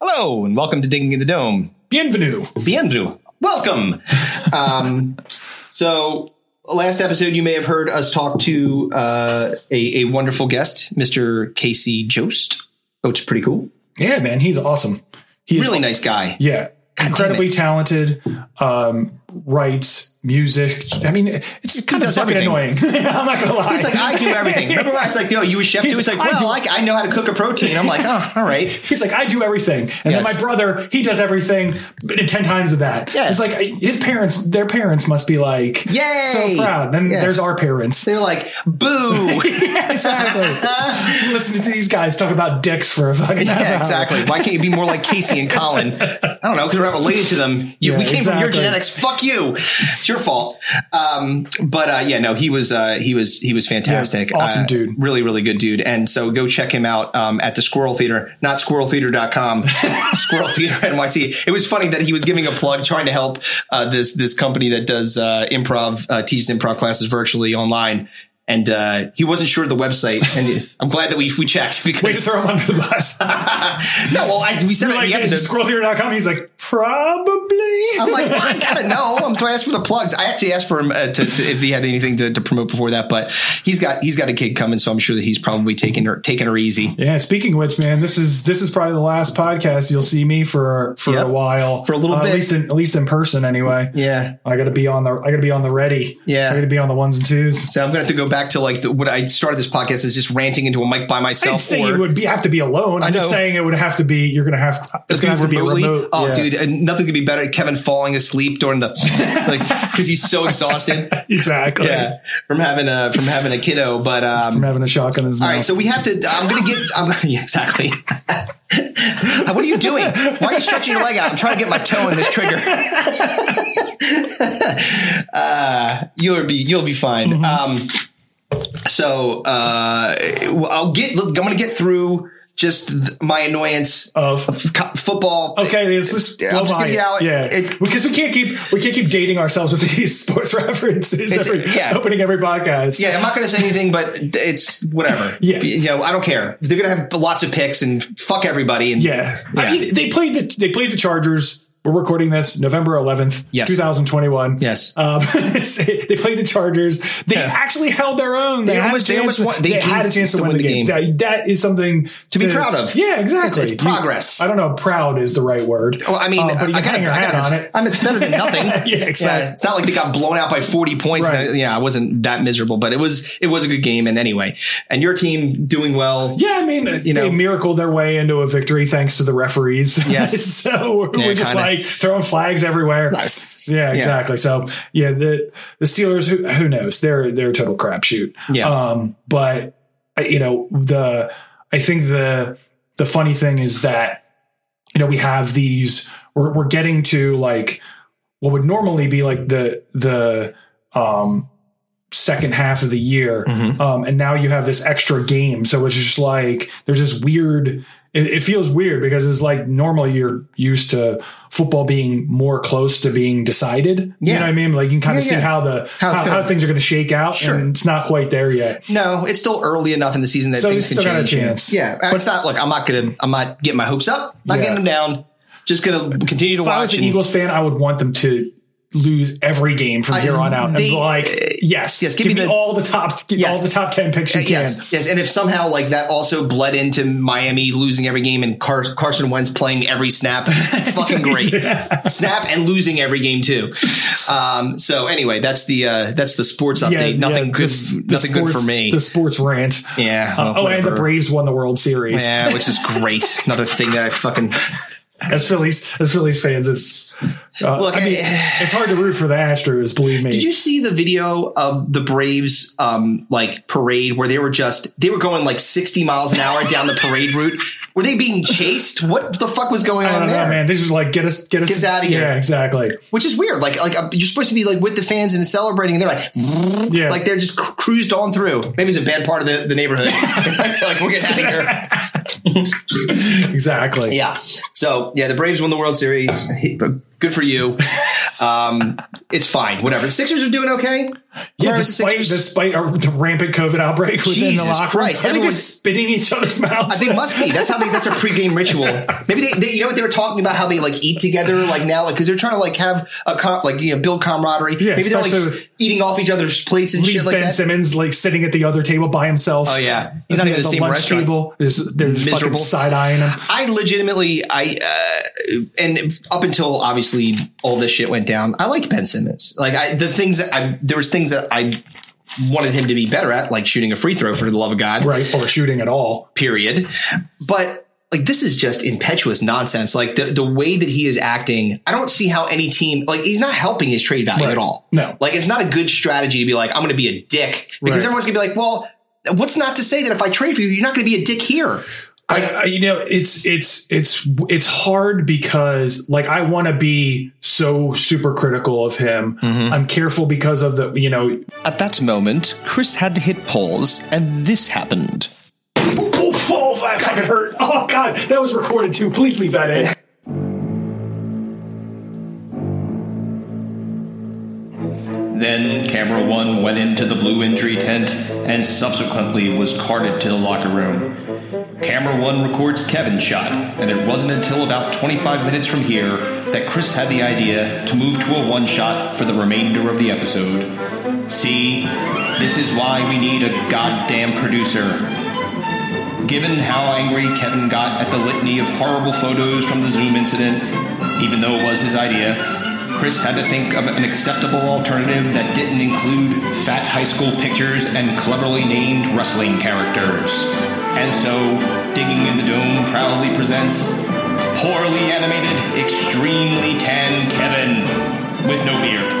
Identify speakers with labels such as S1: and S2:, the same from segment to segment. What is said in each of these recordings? S1: Hello, and welcome to Digging in the Dome.
S2: Bienvenue.
S1: Bienvenue. Welcome. um, so, last episode, you may have heard us talk to uh, a, a wonderful guest, Mr. Casey Jost, which is pretty cool.
S2: Yeah, man, he's awesome. He's
S1: Really nice guy.
S2: yeah,
S1: damn
S2: incredibly talented. Um, writes music. I mean, it's kind of
S1: does
S2: fucking annoying.
S1: everything.
S2: I'm not gonna lie.
S1: He's like, I do everything. Remember, when I was like, yo, you a chef too?
S2: He's
S1: He's like,
S2: like, I
S1: well, I, I know how to cook a protein. I'm like, oh, all right.
S2: He's like, I do everything, and
S1: Yes.
S2: then my brother, he does everything, but ten times of that.
S1: Yeah.
S2: It's like I- his parents, their parents must be like,
S1: Yay!
S2: so proud. Then
S1: Yeah.
S2: there's our parents.
S1: They're like, boo.
S2: exactly. Listen to these guys talk about dicks for a fucking half
S1: Yeah,
S2: hour.
S1: exactly. Why can't you be more like Casey and Colin? I don't know because we're not related to them. You,
S2: Yeah,
S1: we came from your
S2: exactly.
S1: genetics. Fuck you. It's your fault. Um, but uh, yeah, no, he was uh, he was he was fantastic.
S2: Yeah, awesome
S1: Uh,
S2: dude.
S1: Really, really good dude. And so go check him out um, at the Squirrel Theater, not squirreltheater.com, Squirrel Theater NYC. It was funny that he was giving a plug, trying to help uh, this this company that does uh, improv uh, teaches improv classes virtually online. And uh, he wasn't sure of the website, and I'm glad that we we checked because
S2: Way to throw him under the bus.
S1: no, well, I, we said it in
S2: like
S1: the episode.
S2: scrolltheater.com. He's like, probably.
S1: I'm like, I gotta know. I'm so I asked for the plugs. I actually asked for him uh, to, to, if he had anything to, to promote before that, but he's got he's got a kid coming, so I'm sure that he's probably taking her taking her easy
S2: Yeah. Speaking of which, man, this is this is probably the last podcast you'll see me for for
S1: Yep.
S2: a while,
S1: For a little
S2: Uh,
S1: bit.
S2: at least in, at least in person anyway.
S1: Yeah.
S2: I got to be on the I got to be on the ready.
S1: Yeah.
S2: I got to be on the ones and twos.
S1: So I'm gonna have to go back to like the, what I started this podcast is just ranting into a mic by
S2: I didn't
S1: myself.
S2: say you would be have to be alone. I'm just
S1: know.
S2: saying it would have to be. You're gonna have.
S1: Let's
S2: It's
S1: do
S2: gonna
S1: it
S2: have to be
S1: remotely.
S2: remote.
S1: Oh,
S2: Yeah.
S1: dude, and nothing could be better. Kevin falling asleep during the like because he's so exhausted.
S2: Exactly.
S1: Yeah, from having a from having a kiddo, but um,
S2: I'm having a shotgun in his
S1: All
S2: mouth.
S1: right, so we have to. I'm going to get. I'm, yeah, exactly. what are you doing? Why are you stretching your leg out? I'm trying to get my toe in this trigger. uh, you'll be you'll be fine. Um,
S2: Mm-hmm.
S1: so uh, I'll get. Look, I'm going to get through just th- my annoyance
S2: of
S1: of co- football.
S2: Oh. Okay, it's just
S1: I'm just gonna get out.
S2: Yeah,
S1: It-
S2: because we can't keep we can't keep dating ourselves with these sports references.
S1: It's-
S2: Every,
S1: yeah.
S2: opening every podcast.
S1: Yeah, I'm not going to say anything, but it's whatever.
S2: Yeah.
S1: you know, I don't care. They're going to have lots of picks and fuck everybody. And
S2: yeah.
S1: Yeah.
S2: I mean, they played the they played the Chargers. We're recording this November 11th,
S1: Yes.
S2: 2021.
S1: yes,
S2: Um, they played the Chargers. They actually held their own. They, had a
S1: almost- they
S2: chance
S1: almost
S2: to-
S1: won- they
S2: They, had a
S1: came
S2: chance to, win, the game. That- that is something to
S1: be proud of.
S2: Yeah, exactly.
S1: It's- it's progress.
S2: You- I don't know. if Proud is the right word.
S1: Well, I mean,
S2: Uh, but you
S1: I
S2: can hang your
S1: I
S2: hat
S1: have-
S2: on it.
S1: I mean, it's better than nothing.
S2: Yeah, exactly.
S1: it's not like they got blown out by 40 points.
S2: Right.
S1: And I- yeah, I wasn't that miserable, but it was it was a good game. And anyway, and your team doing well.
S2: Yeah, I mean,
S1: You know?
S2: they miracled their way into a victory thanks to the referees.
S1: Yes.
S2: so we're
S1: Yeah,
S2: just
S1: kinda.
S2: like throwing flags everywhere.
S1: Nice.
S2: Yeah, exactly. So yeah, the the Steelers, who who knows? They're they're a total crapshoot.
S1: Yeah.
S2: Um, but uh, you know the I think the the funny thing is that you know we have these we're we're getting to like what would normally be like the the um second half of the year
S1: Mhm.
S2: um and now you have this extra game so it's just like there's this weird it, it feels weird because it's like normally you're used to football being more close to being decided you
S1: Yeah.
S2: know what i mean like you can kind
S1: Yeah,
S2: of see
S1: yeah.
S2: how the
S1: How
S2: how,
S1: it's
S2: how,
S1: gonna-
S2: things are going to shake out
S1: Sure.
S2: and it's not quite there yet
S1: No, it's still early enough in the season that
S2: So
S1: things
S2: he's
S1: can
S2: still got a
S1: change.
S2: chance.
S1: Yeah, but it's not. Look, I'm not gonna. I'm not getting my hopes up. Not
S2: Yeah.
S1: getting them down. Just gonna continue to
S2: if i was
S1: watch.
S2: an
S1: and-
S2: eagles fan i would want them to lose every game from
S1: I-
S2: here on out
S1: they- uh,
S2: and be like yes
S1: yes,
S2: give, me,
S1: the-
S2: all the top give
S1: Yes. Uh,
S2: all the top 10 picks you can
S1: Yes, yes, and if somehow like that also bled into Miami losing every game and Car- Carson Wentz playing every snap, fucking great, snap and losing every game too. Um, so anyway, that's the uh, that's the sports update. nothing
S2: the
S1: good,
S2: s- the
S1: nothing good
S2: sports-
S1: for me.
S2: The sports rant.
S1: yeah.
S2: Uh, oh, and the
S1: whatever.
S2: Braves won the World Series.
S1: Yeah, which is great. Another thing that I fucking
S2: As Phillies, as Phillies fans, it's uh,
S1: look.
S2: I mean,
S1: I-
S2: it's hard to root for the Astros. Believe me.
S1: did you see the video of the Braves um, like parade where they were just they were going like sixty miles an hour down the parade route? Were they being chased? What the fuck was going on
S2: I don't
S1: there?
S2: know, man. This is like get us, get us,
S1: Get us outta here.
S2: Yeah, exactly.
S1: which is weird. Like like uh, you're supposed to be like with the fans and celebrating, and they're like,
S2: Yeah.
S1: like they're just cru- cruised on through. Maybe it's a bad part of the, the neighborhood. so like we're getting out of here.
S2: Exactly.
S1: Yeah. So yeah, the Braves won the World Series. Good for you. Um, it's fine. Whatever. The Sixers are doing okay.
S2: Yeah,
S1: Whereas the
S2: despite
S1: Sixers-
S2: despite our the rampant COVID outbreak within
S1: Jesus
S2: the locker room,
S1: Christ,
S2: I think they're
S1: everyone's-
S2: spitting each other's mouths.
S1: Uh, They must be. That's how they. That's a pregame ritual. Maybe they, they. You know what they were talking about? How they like eat together, like now, like because they're trying to like have a com- like you know build camaraderie.
S2: Yeah,
S1: Maybe they're like
S2: especially
S1: s- eating off each other's plates and
S2: Leave
S1: shit like
S2: Ben
S1: that.
S2: Simmons like sitting at the other table by himself.
S1: Oh, yeah. He's not
S2: At
S1: even the same
S2: lunch
S1: restaurant.
S2: table. They're just, they're just fucking
S1: Miserable.
S2: side eyeing him.
S1: I legitimately, I uh, and up until obviously all this shit went down, I liked Ben Simmons. Like I, the things that I there was things that I wanted him to be better at, like shooting a free throw for the love of God.
S2: right or shooting at all.
S1: period. But like this is just impetuous nonsense. Like the, the way that he is acting, I don't see how any team like he's not helping his trade value
S2: Right.
S1: at all.
S2: No.
S1: Like it's not a good strategy to be like, I'm gonna be a dick. Because
S2: Right.
S1: everyone's gonna be like, well, what's not to say that if I trade for you, you're not gonna be a dick here.
S2: I, I you know it's it's it's it's hard because like I want to be so super critical of him.
S1: Mm-hmm.
S2: I'm careful because of the you know
S1: At that moment, Chris had to hit pause, and this happened.
S2: oof, oh that fucking hurt. Oh god, that was recorded too. Please leave that in.
S3: Then Camera One went into the blue injury tent and subsequently was carted to the locker room. Camera One records Kevin's shot, and it wasn't until about 25 minutes from here that Chris had the idea to move to a one shot for the remainder of the episode. See, this is why we need a goddamn producer. Given how angry Kevin got at the litany of horrible photos from the Zoom incident, even though it was his idea, Chris had to think of an acceptable alternative that didn't include fat high school pictures and cleverly named wrestling characters. And so, Digging in the Dome proudly presents poorly animated, extremely tan Kevin with no beard.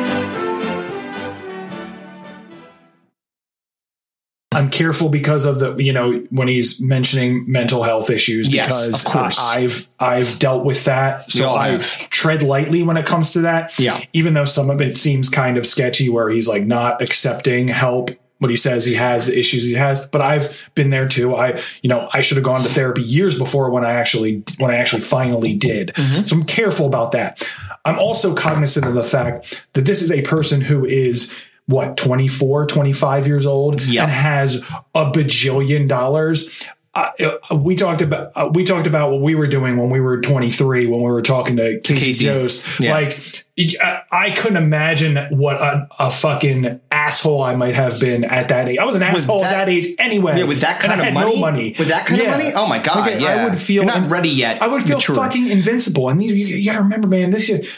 S2: I'm careful because of the you know when he's mentioning mental health issues
S1: Yes,
S2: because
S1: of course.
S2: I, have I've dealt with that
S1: We
S2: so
S1: all
S2: I
S1: have.
S2: tread lightly when it comes to that
S1: Yeah.
S2: even though some of it seems kind of sketchy where he's like not accepting help what he says he has the issues he has but I've been there too I you know I should have gone to therapy years before when I actually when I actually finally did
S1: Mm-hmm.
S2: so I'm careful about that I'm also cognizant of the fact that this is a person who is what 24 25 years old
S1: Yeah.
S2: and has a bajillion dollars uh, uh, we talked about uh, we talked about what we were doing when we were 23 when we were talking to Casey,
S1: Casey.
S2: Jost.
S1: Yeah.
S2: Like I, I couldn't imagine what a, a fucking asshole I might have been at that age. I was an asshole
S1: that-
S2: at that age anyway.
S1: Yeah, with that
S2: and
S1: kind
S2: I
S1: of
S2: had
S1: money,
S2: no money.
S1: With that kind
S2: Yeah.
S1: of money? Oh my god!
S2: Like, I-
S1: yeah,
S2: I would feel
S1: You're not ready yet.
S2: I would feel
S1: Mature.
S2: fucking invincible. And you, you, you gotta remember, man, this is.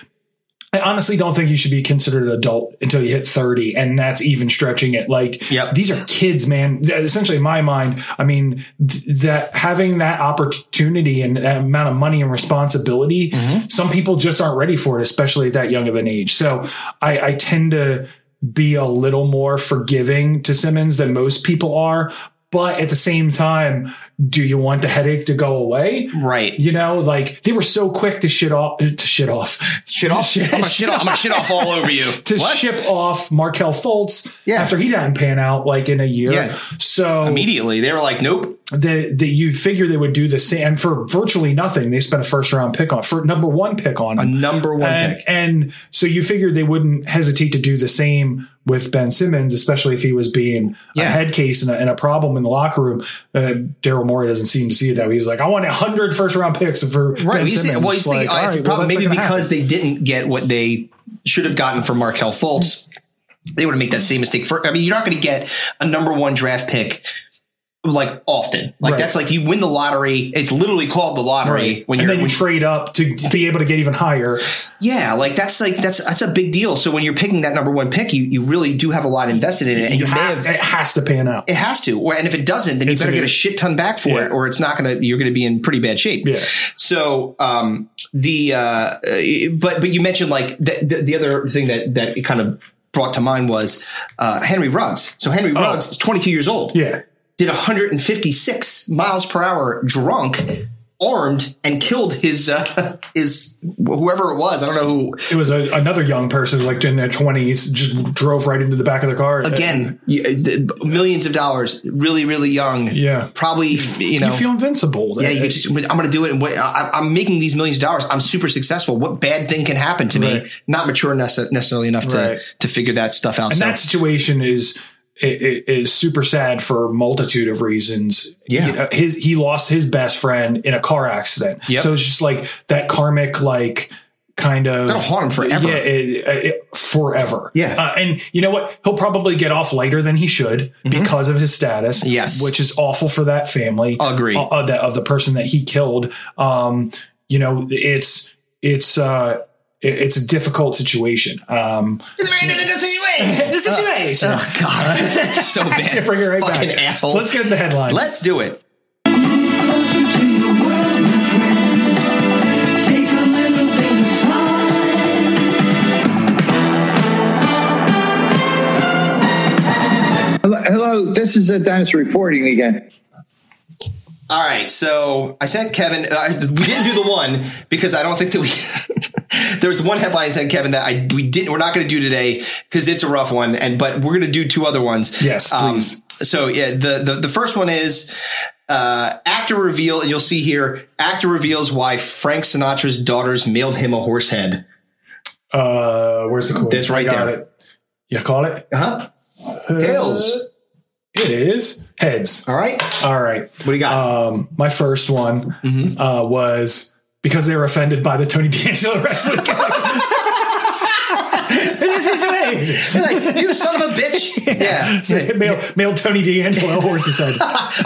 S2: I honestly don't think you should be considered an adult until you hit 30, and that's even stretching it. Like,
S1: Yep.
S2: these are kids, man. Th- Essentially, in my mind, I mean, th- that having that opportunity and that amount of money and responsibility,
S1: Mm-hmm.
S2: some people just aren't ready for it, especially at that young of an age. So I, I tend to be a little more forgiving to Simmons than most people are. But at the same time, do you want the headache to go away?
S1: Right.
S2: You know, like they were so quick to shit off, to shit off,
S1: Shit off. I'm gonna shit off. I'm gonna shit off all over you.
S2: to
S1: What?
S2: ship off Markel Fultz
S1: Yeah.
S2: after he didn't pan out like in a year.
S1: Yeah.
S2: So
S1: Immediately, they were like, "Nope."
S2: that that you figure they would do the same, and for virtually nothing, they spent a first round pick on for number one pick on
S1: A
S2: him.
S1: number one
S2: and
S1: pick.
S2: and so you figure they wouldn't hesitate to do the same with Ben Simmons, especially if he was being a
S1: Yeah.
S2: head case and a, and a problem in the locker room. Uh, Daryl Morey doesn't seem to see it that way. He's like, I want a hundred first round picks for
S1: Right.
S2: Ben
S1: He's
S2: Simmons.
S1: thinking, well, he's
S2: Like,
S1: thinking,
S2: all
S1: I have a
S2: right, well,
S1: problem.
S2: that's
S1: maybe
S2: not gonna happen.
S1: because they didn't get what they should have gotten from Markel Fultz, they would have made that same mistake. For I mean, you're not going to get a number one draft pick like often. Like
S2: Right.
S1: that's like you win the lottery. It's literally called the lottery when
S2: and
S1: you're
S2: then
S1: when-
S2: you trade up to be able to get even higher.
S1: yeah. Like that's like that's that's a big deal. So when you're picking that number one pick, you you really do have a lot invested in it, and
S2: You
S1: you may
S2: have,
S1: have.
S2: it has to pan out.
S1: It has to, Or- and if it doesn't, then you
S2: It's
S1: better
S2: an-
S1: get a shit ton back for
S2: Yeah.
S1: it, or it's not gonna. You're gonna be in pretty bad shape.
S2: Yeah.
S1: So um, the uh, uh, but but you mentioned like the, the, the other thing that that it kind of brought to mind was uh, Henry Ruggs. So Henry
S2: Oh.
S1: Ruggs is 22 years old.
S2: Yeah.
S1: Did 156 miles per hour drunk armed and killed his uh, his whoever it was. I don't know who.
S2: It was a, another young person, like in their twenties, just drove right into the back of the car.
S1: Again, you- the- millions of dollars. Really, really young.
S2: yeah,
S1: Probably, you know.
S2: you feel invincible.
S1: yeah, you could just. I'm going to do it, and what, I, I'm making these millions of dollars. I'm super successful. What bad thing can happen to
S2: Right.
S1: me? Not mature nece- necessarily enough
S2: Right.
S1: to to figure that stuff out.
S2: and
S1: so
S2: that situation is i- i- is super sad for a multitude of reasons.
S1: Yeah.
S2: You know, his he lost his best friend in a car accident.
S1: Yep.
S2: So it's just like that karmic like kind of
S1: that'll harm him forever.
S2: Yeah, it, it, forever.
S1: Yeah.
S2: Uh, and you know what? He'll probably get off later than he should because of his status.
S1: Mm-hmm. Yes.
S2: which is awful for that family.
S1: Agree.
S2: uh, Of the, of the person that he killed. Um, you know, it's it's uh, it- it's a difficult situation. Um, this situation.
S1: Oh God, so
S2: I
S1: bad.
S2: should bring it right
S1: Fucking
S2: back.
S1: asshole.
S2: So let's get into the headlines.
S1: Let's do it.
S4: Closer to your world, my friend. Take a little bit of time.
S5: Hello- Hello, this is uh, Dennis reporting again.
S1: All right, so I sent Kevin. uh, I, we didn't do the one because I don't think that we. there was one headline I sent Kevin that I we didn't. We're not going to do today because it's a rough one, and but we're going to do two other ones. Um,
S2: Yes, please.
S1: so yeah, the, the the first one is uh, actor reveal, and you'll see here actor reveals why Frank Sinatra's daughters mailed him a horse head.
S2: Uh, where's the quote?
S1: That's right
S2: I got
S1: there.
S2: It. You call it
S1: Huh? Uh-huh. Tails.
S2: It is heads.
S1: All right.
S2: All right.
S1: What do you got?
S2: Um, my first one
S1: Mm-hmm.
S2: uh, was because they were offended by the Tony D'Angelo wrestling. this is amazing.
S1: Like, you son of a bitch. Yeah.
S2: So they mail, mail Tony D'Angelo horses head.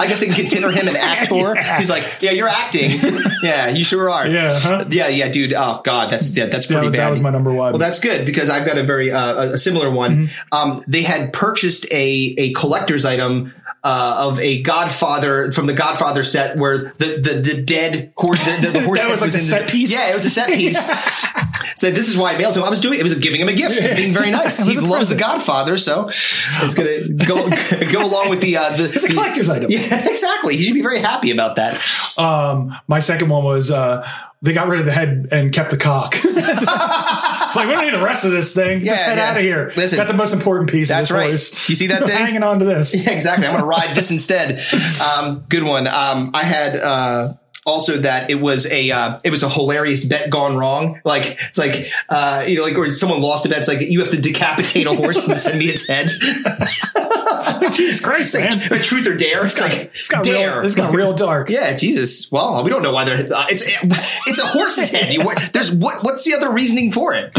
S1: I guess they can consider him an actor.
S2: Yeah.
S1: He's like, yeah, you're acting. yeah, you sure are.
S2: Yeah, huh?
S1: yeah, yeah, dude. Oh God, that's yeah, that's
S2: That,
S1: pretty
S2: was-
S1: bad.
S2: that was my number one.
S1: Well, that's good because I've got a very uh, a- a similar one.
S2: Mm-hmm.
S1: Um, they had purchased a a collector's item. Uh, of a Godfather from the Godfather set, where the the, the dead horse the, the, the horse
S2: That
S1: head
S2: was like a
S1: in
S2: set piece?
S1: Yeah, it was a set piece. so this is why I mailed him. I was doing it was giving him a gift, being very nice.
S2: It
S1: He
S2: was a
S1: loves the
S2: present.
S1: Godfather, so it's gonna go go along with the uh, the,
S2: it's a
S1: the-
S2: collector's item.
S1: yeah, exactly. He should be very happy about that.
S2: Um, my second one was uh, they got rid of the head and kept the cock. like we don't need the rest of this thing. Get this
S1: Yeah,
S2: head
S1: yeah.
S2: out of here.
S1: Listen,
S2: got the most important piece.
S1: that's
S2: of this
S1: right.
S2: Horse.
S1: You see that thing?
S2: Hanging on to this.
S1: Yeah, exactly. I'm going to ride this instead. Um, good one. Um, I had uh, also that it was a uh, it was a hilarious bet gone wrong. Like it's like uh, you know like or someone lost a bet. It's like you have to decapitate a horse and send me its head.
S2: Oh, Jesus Christ, man.
S1: Like, truth or dare? It's, like
S2: It's got
S1: dare.
S2: real. It's got real dark.
S1: Yeah, Jesus. Well, we don't know why they're. Uh, it's it's a horse's head. You, what, there's what? What's the other reasoning for it?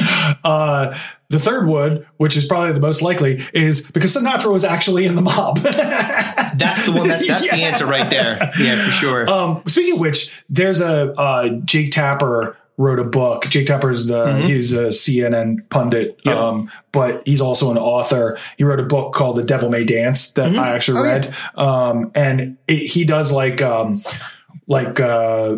S2: Uh, the third one, which is probably the most likely, is because Sinatra was actually in the mob.
S1: That's the one. That's that's the
S2: Yeah.
S1: answer right there. Yeah, for sure.
S2: um, speaking of which, there's a uh, Jake Tapper wrote a book. Jake Tapper is the
S1: Mm-hmm.
S2: he's a CNN pundit,
S1: Yep.
S2: um, but he's also an author. He wrote a book called The Devil May Dance that I actually
S1: Oh, yeah.
S2: read, um, and it, he does like um, like. Uh,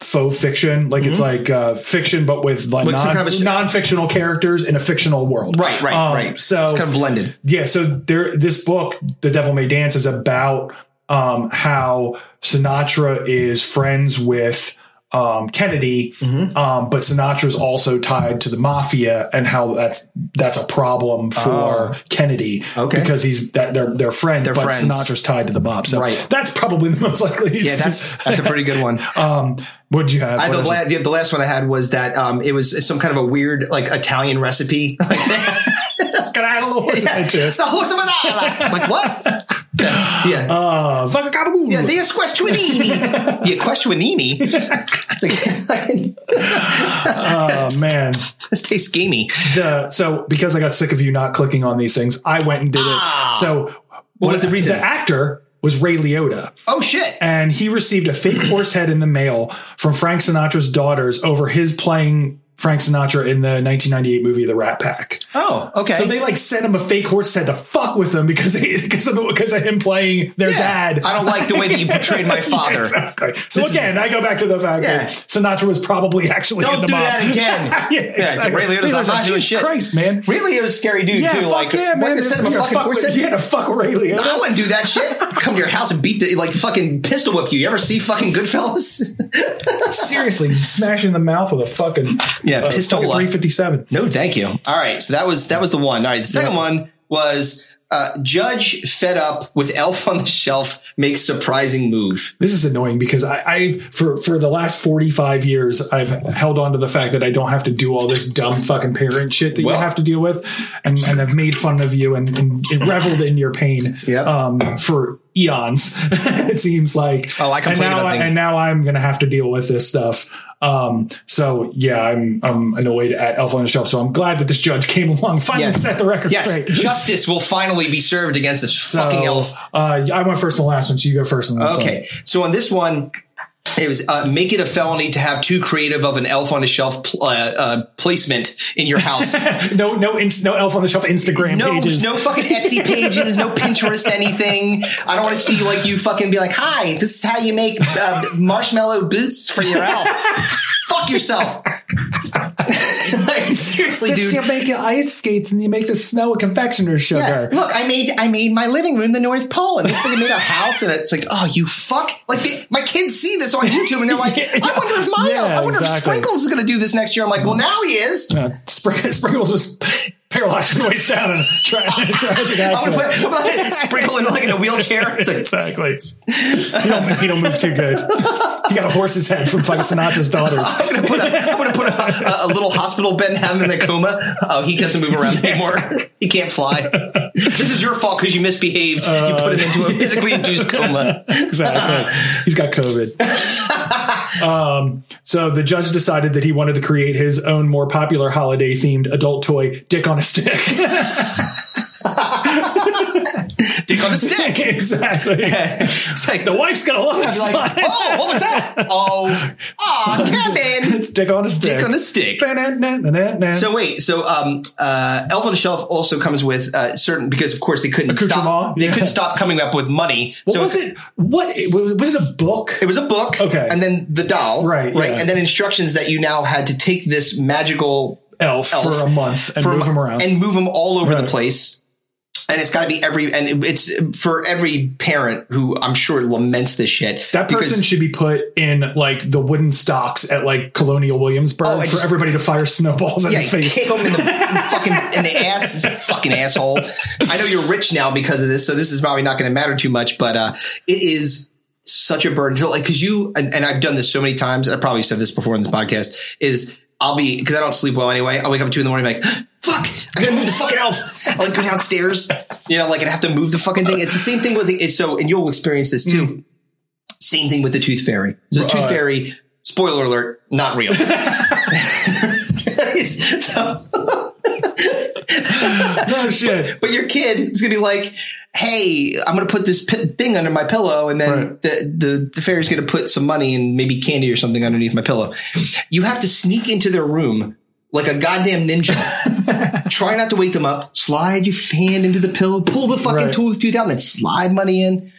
S2: faux fiction like it's like uh fiction but with like,
S1: Mm-hmm. Like some
S2: non,
S1: kind of a-
S2: non-fictional characters in a fictional world
S1: right, right,
S2: Um,
S1: right.
S2: so
S1: it's kind of blended.
S2: yeah so there this book the devil may dance is about um how sinatra is friends with um kennedy
S1: Mm-hmm.
S2: um but sinatra's also tied to the mafia and how that's that's a problem for kennedy
S1: Oh. Okay.
S2: because he's that they're they're friends but
S1: friends.
S2: sinatra's tied to the mob so
S1: Right.
S2: that's probably the most likely
S1: Yeah, that's that's a pretty good one.
S2: um what'd you have
S1: I,
S2: What
S1: the,
S2: is it?
S1: la- the, the last one I had was that um, it was some kind of a weird like Italian recipe. Like,
S2: Can I add a little horse's head to it?
S1: the horse of an island. Like what? Yeah, yeah.
S2: Uh, fuck a cababoom.
S1: yeah, the esquestrianini. the esquestrianini. It's like,
S2: oh man
S1: this tastes gamey.
S2: the so because I got sick of you not clicking on these things, I went and did
S1: Ah.
S2: it. So
S1: What was the reason?
S2: actor was Ray Liotta,
S1: Oh shit!
S2: and he received a fake horse head in the mail from Frank Sinatra's daughters over his playing Frank Sinatra in the 1998 movie The Rat Pack.
S1: Oh, okay.
S2: So they like sent him a fake horse head to fuck with him because he, because of the, because of him playing their
S1: Yeah.
S2: dad.
S1: I don't like the way that you portrayed my father.
S2: exactly. So
S1: This is-
S2: again, I go back to the fact that
S1: Yeah.
S2: Sinatra was probably actually in
S1: Don't
S2: the
S1: do
S2: mob.
S1: that again.
S2: yeah,
S1: yeah,
S2: exactly.
S1: Ray Liotta's
S2: Ray
S1: not
S2: Liotta's like,
S1: doing
S2: "Jesus
S1: shit.
S2: Christ, man.
S1: Really, it was a scary dude
S2: yeah,
S1: too.
S2: fuck
S1: like,
S2: yeah,
S1: we're
S2: man.
S1: gonna send him a
S2: You're
S1: fucking
S2: fuck
S1: horse
S2: with-
S1: head?
S2: you had to fuck with Ray Liotta.
S1: I wouldn't do that shit. Come to your house and beat the like fucking pistol whip you. You ever see fucking Goodfellas?
S2: Seriously, smash in the mouth with a fucking
S1: Yeah,
S2: uh,
S1: pistola.
S2: fucking 357.
S1: No, thank you. All right, so that was that was the one. All right, the second one was uh, Judge fed up with Elf on the Shelf makes surprising move.
S2: This is annoying because I, I've for for the last 45 years I've held on to the fact that I don't have to do all this dumb fucking parent shit that
S1: Well.
S2: you have to deal with, and, and I've made fun of you and, and, and reveled in your pain
S1: Yep.
S2: um, for eons. it seems like
S1: Oh, I
S2: and
S1: complain
S2: now
S1: about
S2: I,
S1: things.
S2: and now I'm gonna have to deal with this stuff. Um, so yeah, I'm I'm annoyed at Elf on the Shelf. So I'm glad that this judge came along finally
S1: Yes.
S2: set the record
S1: Yes,
S2: straight.
S1: justice will finally be served against this
S2: So,
S1: fucking elf.
S2: Uh, I went first and last one, so you go first and last one.
S1: Okay, so on this one, it was uh, make it a felony to have too creative of an elf on a shelf pl- uh, uh, placement in your house.
S2: No, no, ins- no elf on the shelf Instagram
S1: No,
S2: pages.
S1: no fucking Etsy pages, no Pinterest, anything. I don't want to see like you fucking be like, "Hi, this is how you make uh, marshmallow boots for your elf." Fuck yourself. like, seriously, dude.
S2: make ice skates and you make the snow a confectioner
S1: Yeah,
S2: sugar.
S1: Look, I made I made my living room the North Pole, and this thing made a house, and it's like, oh, you fuck! Like they, my kids see this on YouTube, and they're like, I wonder if my
S2: Yeah,
S1: I wonder if
S2: exactly.
S1: Sprinkles is going to do this next year. I'm like, well, now he is.
S2: Uh, Spr- Sprinkles was paralyzed from the waist down in a tra- tragic
S1: I'm
S2: accident.
S1: gonna put, I'm gonna sprinkle him like in a wheelchair. It's like,
S2: exactly. He don't, he don't move too good. He got a horse's head from fucking Sinatra's daughters.
S1: I'm gonna put a, I'm gonna put a, a, a little hospital bed and have him in a coma. Oh, he doesn't move around anymore. He can't fly. This is your fault because you misbehaved.
S2: Uh,
S1: you put him into a medically induced coma.
S2: exactly. He's got COVID. um, so the judge decided that he wanted to create his own more popular holiday themed adult toy, Dick on a Stick.
S1: Dick on a stick.
S2: exactly.
S1: It's like
S2: The wife's gonna love this
S1: I'd be
S2: one.
S1: like, oh, what was that? Oh, oh, Kevin.
S2: it's Dick on a Stick.
S1: Dick on a stick.
S2: Ba-na-na-na-na-na.
S1: So wait, so um, uh, Elf on the Shelf also comes with uh, certain because of course they couldn't stop
S2: Accoutrement,
S1: they
S2: yeah.
S1: couldn't stop coming up with money.
S2: what
S1: so
S2: was it? What was, was it? A book?
S1: It was a book,
S2: Okay.
S1: and then the doll,
S2: Right,
S1: right,
S2: yeah.
S1: and then instructions that you now had to take this magical
S2: Elf,
S1: elf
S2: for a month and
S1: for a
S2: move
S1: mo-
S2: him around.
S1: and move them all over the
S2: Right.
S1: place. And it's got to be every and it's for every parent who I'm sure laments this shit.
S2: that
S1: because-
S2: person should be put in like the wooden stocks at like Colonial Williamsburg
S1: Oh, I
S2: for
S1: just-
S2: everybody to fire snowballs at
S1: Yeah,
S2: his face.
S1: kick them in the in the fucking in the ass, fucking asshole. I know you're rich now because of this, so this is probably not going to matter too much. But uh, it is such a burden, to, like because you and, and I've done this so many times. and I probably said this before in this podcast. Is I'll be because I don't sleep well anyway. I'll wake up at two in the morning, like fuck, I gotta move the fucking elf. I'll like go downstairs, you know, like and have to move the fucking thing. It's the same thing with the, it's so, and you'll experience this too. Same thing with the tooth fairy. So the tooth fairy, spoiler alert, not real. So-
S2: No shit.
S1: but your kid is gonna be like, "Hey, I'm gonna put this p- thing under my pillow, and then
S2: Right.
S1: the, the the fairy's gonna put some money and maybe candy or something underneath my pillow." You have to sneak into their room like a goddamn ninja. Try not to wake them up. Slide your hand into the pillow, pull the fucking
S2: Right.
S1: tooth tooth out, and then slide money in.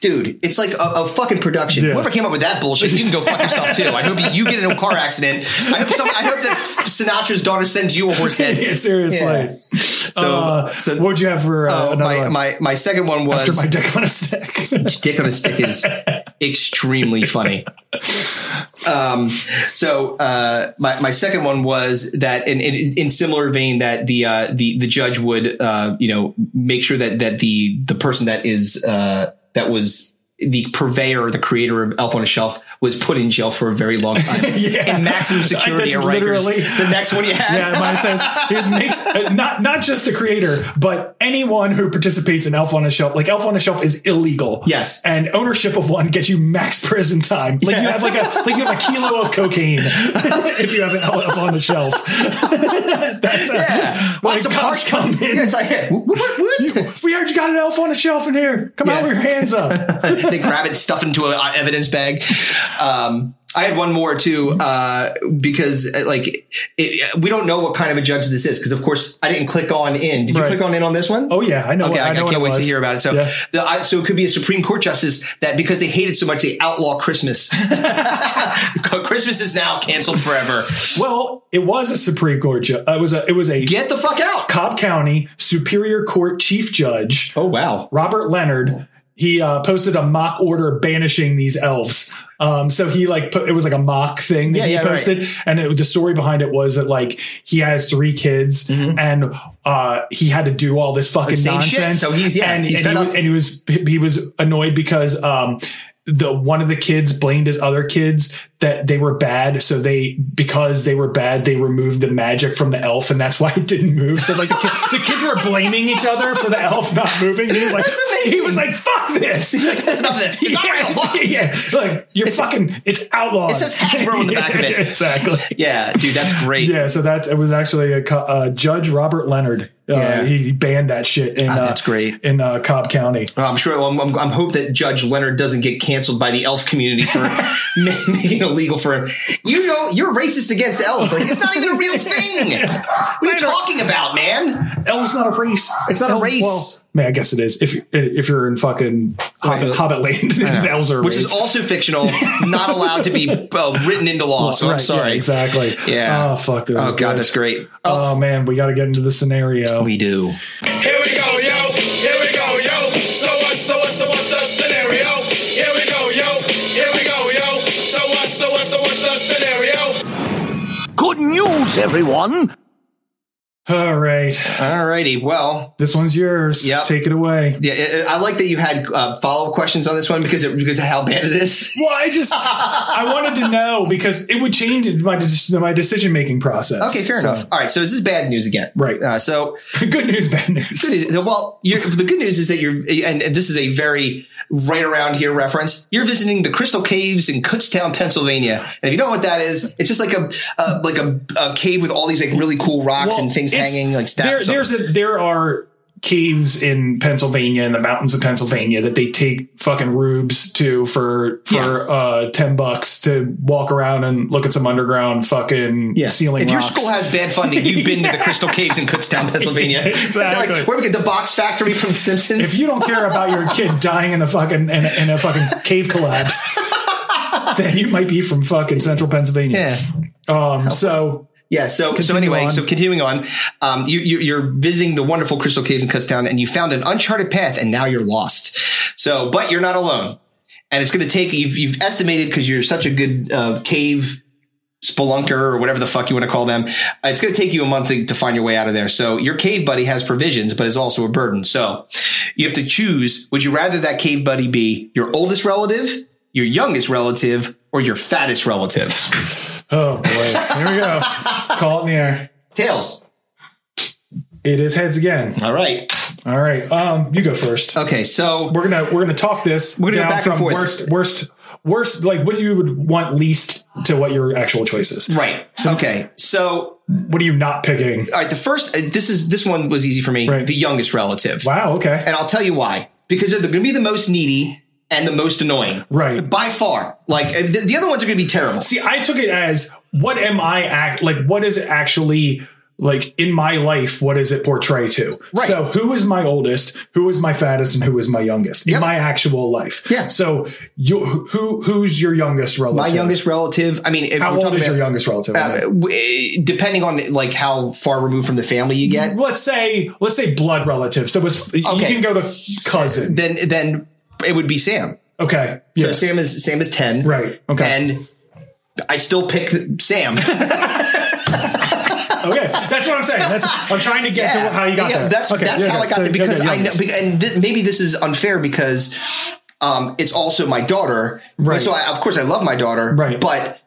S1: Dude, it's like a, a fucking production.
S2: Yeah.
S1: Whoever came up with that bullshit, you can go fuck yourself too. I hope you get in a car accident. I hope, some, I hope that Sinatra's daughter sends you a horse head.
S2: Yeah, seriously.
S1: Yeah. So,
S2: uh,
S1: so
S2: what would you have for uh,
S1: Oh,
S2: another
S1: my,
S2: one?
S1: my my second one was
S2: After my dick on a stick.
S1: dick on a stick is extremely funny. Um, so uh, my my second one was that in in, in similar vein that the uh, the the judge would uh, you know make sure that that the the person that is uh, that was the purveyor, the creator of Elf on a Shelf, was put in jail for a very long time
S2: Yeah.
S1: in maximum security
S2: That's
S1: at Rikers.
S2: literally-
S1: The next one you had,
S2: Yeah, mine says it makes uh, not not just the creator, but anyone who participates in Elf on a Shelf. Like Elf on a Shelf is illegal.
S1: Yes.
S2: and ownership of one gets you max prison time. Like you have like a like you have a kilo of cocaine if you have an Elf on the Shelf. That's a,
S1: yeah. Watch
S2: Like,
S1: the
S2: cops
S1: park
S2: come in.
S1: Yeah, it's like, yeah, whoop, whoop, whoop.
S2: We heard you got an elf on a shelf in here. Come out
S1: Yeah.
S2: with your hands up.
S1: big rabbit stuffed into an evidence bag. Um, I had one more too, uh, because uh, like it, it- we don't know what kind of a judge this is, because of course I didn't click on in. Did you
S2: Right.
S1: click on in on this one?
S2: Oh yeah, I know.
S1: Okay, I,
S2: I, know what
S1: can't wait
S2: was.
S1: to hear about it. So,
S2: Yeah.
S1: the, I, so it could be a Supreme Court justice that because they hated so much, they outlaw Christmas. Christmas is now canceled forever.
S2: Well, it was a Supreme Court. Ju- uh, it was a it was a
S1: Get the fuck out!
S2: Cobb County Superior Court Chief Judge
S1: Oh wow!
S2: Robert Leonard. He uh, posted a mock order banishing these elves. Um, so he like put, it was like a mock thing that
S1: Yeah,
S2: he
S1: yeah, right.
S2: posted, and it, the story behind it was that like he has three kids and uh, he had to do all this fucking
S1: Mm-hmm. same shit.
S2: nonsense.
S1: So he's- yeah,
S2: and,
S1: he's
S2: and
S1: fed
S2: he,
S1: up.
S2: was- and he was he was annoyed because um, the one of the kids blamed his other kids that they were bad so they because they were bad they removed the magic from the elf and that's why it didn't move so like the, kid, the kids were blaming each other for the elf not moving he was like
S1: That's amazing.
S2: he was like fuck this
S1: He's like, that's enough of this. It's not
S2: yeah,
S1: real.
S2: yeah, like you're fucking it's outlawed
S1: It says Hasbro on the back of it.
S2: exactly
S1: Yeah, dude, that's great.
S2: yeah so that's it was actually a co- uh, judge robert leonard uh,
S1: Yeah.
S2: he banned that shit in
S1: Ah,
S2: uh,
S1: that's great.
S2: in uh, cobb county
S1: Well, I'm sure. I'm, I'm, I'm hope that Judge Leonard doesn't get canceled by the elf community for ma- making it illegal for him. You know, you're racist against elves. Like it's not even a real thing. What are you talking about, man?
S2: Elves not a race.
S1: It's not a
S2: Elves-
S1: race.
S2: man, I guess it is. If if you're in fucking Hobbit,
S1: Right.
S2: Hobbit Land, elves are a
S1: Which
S2: race.
S1: is also fictional, not allowed to be uh, written into law. So I'm
S2: Right,
S1: sorry.
S2: yeah, exactly.
S1: Yeah.
S2: Oh fuck. they're
S1: Oh god,
S2: good.
S1: that's great. Oh,
S2: Oh man, we got to get into the scenario.
S1: we do.
S6: Here we go, yo. Here we go, yo. So what? So what? So what's the scenario? Here we go, yo. Here we go, yo. So what? So what? So what's the scenario?
S7: Good news, everyone!
S2: All right,
S1: Alrighty. Well,
S2: this one's yours.
S1: Yep.
S2: Take it away.
S1: yeah, it, I like that you had uh, follow up questions on this one because it, because of how bad it is.
S2: Well, I just I wanted to know because it would change my decision my decision making process.
S1: Okay, fair
S2: So,
S1: enough. All right, so this is bad news again,
S2: Right.
S1: Uh, so
S2: Good news, bad news.
S1: Good news. Well, you're, the good news is that you're, and, and this is a very right around here reference. You're visiting the Crystal Caves in Kutztown, Pennsylvania, and if you don't know what that is, it's just like a, a like a, a cave with all these like really cool rocks
S2: Well,
S1: and things
S2: it's-
S1: hanging like
S2: There,
S1: statues.
S2: there's a, there are caves in Pennsylvania in the mountains of Pennsylvania that they take fucking rubes to for for
S1: Yeah.
S2: uh, ten bucks to walk around and look at some underground fucking ceiling.
S1: If
S2: rocks.
S1: your school has bad funding, you've been to the Crystal Caves in Kutztown, Pennsylvania.
S2: Exactly.
S1: Like, where we get the box factory from Simpsons.
S2: if you don't care about your kid dying in a fucking in a, in a fucking cave collapse, then you might be from fucking central Pennsylvania.
S1: yeah.
S2: Um, so
S1: Yeah. So so
S2: Continue
S1: anyway,
S2: on.
S1: so continuing on, um, you, you you're visiting the wonderful Crystal Caves in Kutztown, and you found an uncharted path, and now you're lost. So, but you're not alone, and it's going to take you've, you've estimated because you're such a good uh, cave spelunker or whatever the fuck you want to call them. uh, It's going to take you a month to, to find your way out of there. So your cave buddy has provisions, but is also a burden. So you have to choose: would you rather that cave buddy be your oldest relative, your youngest relative, or your fattest relative?
S2: oh boy, here we go. Call it in the air.
S1: Tails.
S2: It is heads again.
S1: All right.
S2: All right, um, you go first.
S1: Okay. So
S2: we're gonna we're gonna talk this
S1: gonna go
S2: down
S1: back and
S2: from
S1: forth.
S2: worst worst worst like what you would want least to what your actual choice is.
S1: Right. okay. So,
S2: What are you not picking?
S1: all right. The first, uh, this is this one was easy for me.
S2: Right.
S1: The youngest relative,
S2: Wow. Okay.
S1: and I'll tell you why. Because they're going to be the most needy and the most annoying,
S2: Right.
S1: By far. Like uh, the, the other ones are going to be terrible.
S2: See, I took it as what am I act like? What is actually like in my life? What does it portray to?
S1: Right.
S2: So who is my oldest? Who is my fattest? And who is my youngest
S1: Yep.
S2: in my actual life?
S1: Yeah.
S2: So you who who's your youngest relative?
S1: My youngest relative. I mean, if
S2: How
S1: we're
S2: old
S1: talking
S2: is your
S1: about-
S2: youngest relative?
S1: uh, w- depending on like how far removed from the family you get,
S2: let's say let's say blood relative. So it's you
S1: Okay.
S2: can go to cousin.
S1: then then it would be Sam.
S2: Okay. Yeah.
S1: So Sam is Sam is ten,
S2: Right. Okay.
S1: And I still pick Sam.
S2: okay. That's what I'm saying. That's I'm trying to get to how you got
S1: yeah,
S2: there.
S1: That's
S2: okay,
S1: that's
S2: yeah,
S1: how
S2: yeah.
S1: I got
S2: So,
S1: there because
S2: okay,
S1: I know,
S2: youngest.
S1: be- and th- maybe this is unfair because um, it's also my daughter.
S2: Right.
S1: So I, of course I love my daughter.
S2: Right.
S1: But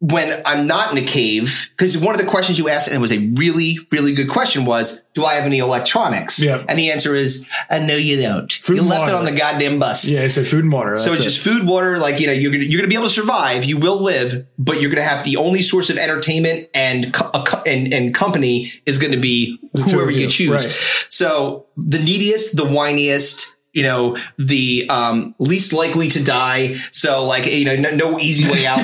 S1: when I'm not in a cave, because one of the questions you asked and it was a really really good question was, do I have any electronics?
S2: Yeah.
S1: And the answer is, uh, no, you don't. you
S2: and
S1: left it
S2: water.
S1: on the goddamn bus.
S2: Yeah, it's a food and water.
S1: So it's just food, water. Like you know, you're gonna, you're gonna be able to survive. You will live, but you're gonna have the only source of entertainment and co- a co- and and company is gonna be
S2: two
S1: whoever
S2: of
S1: you
S2: you,
S1: choose.
S2: right.
S1: So the neediest, the whiniest, you know the um, least likely to die. So like you know no, no easy way out.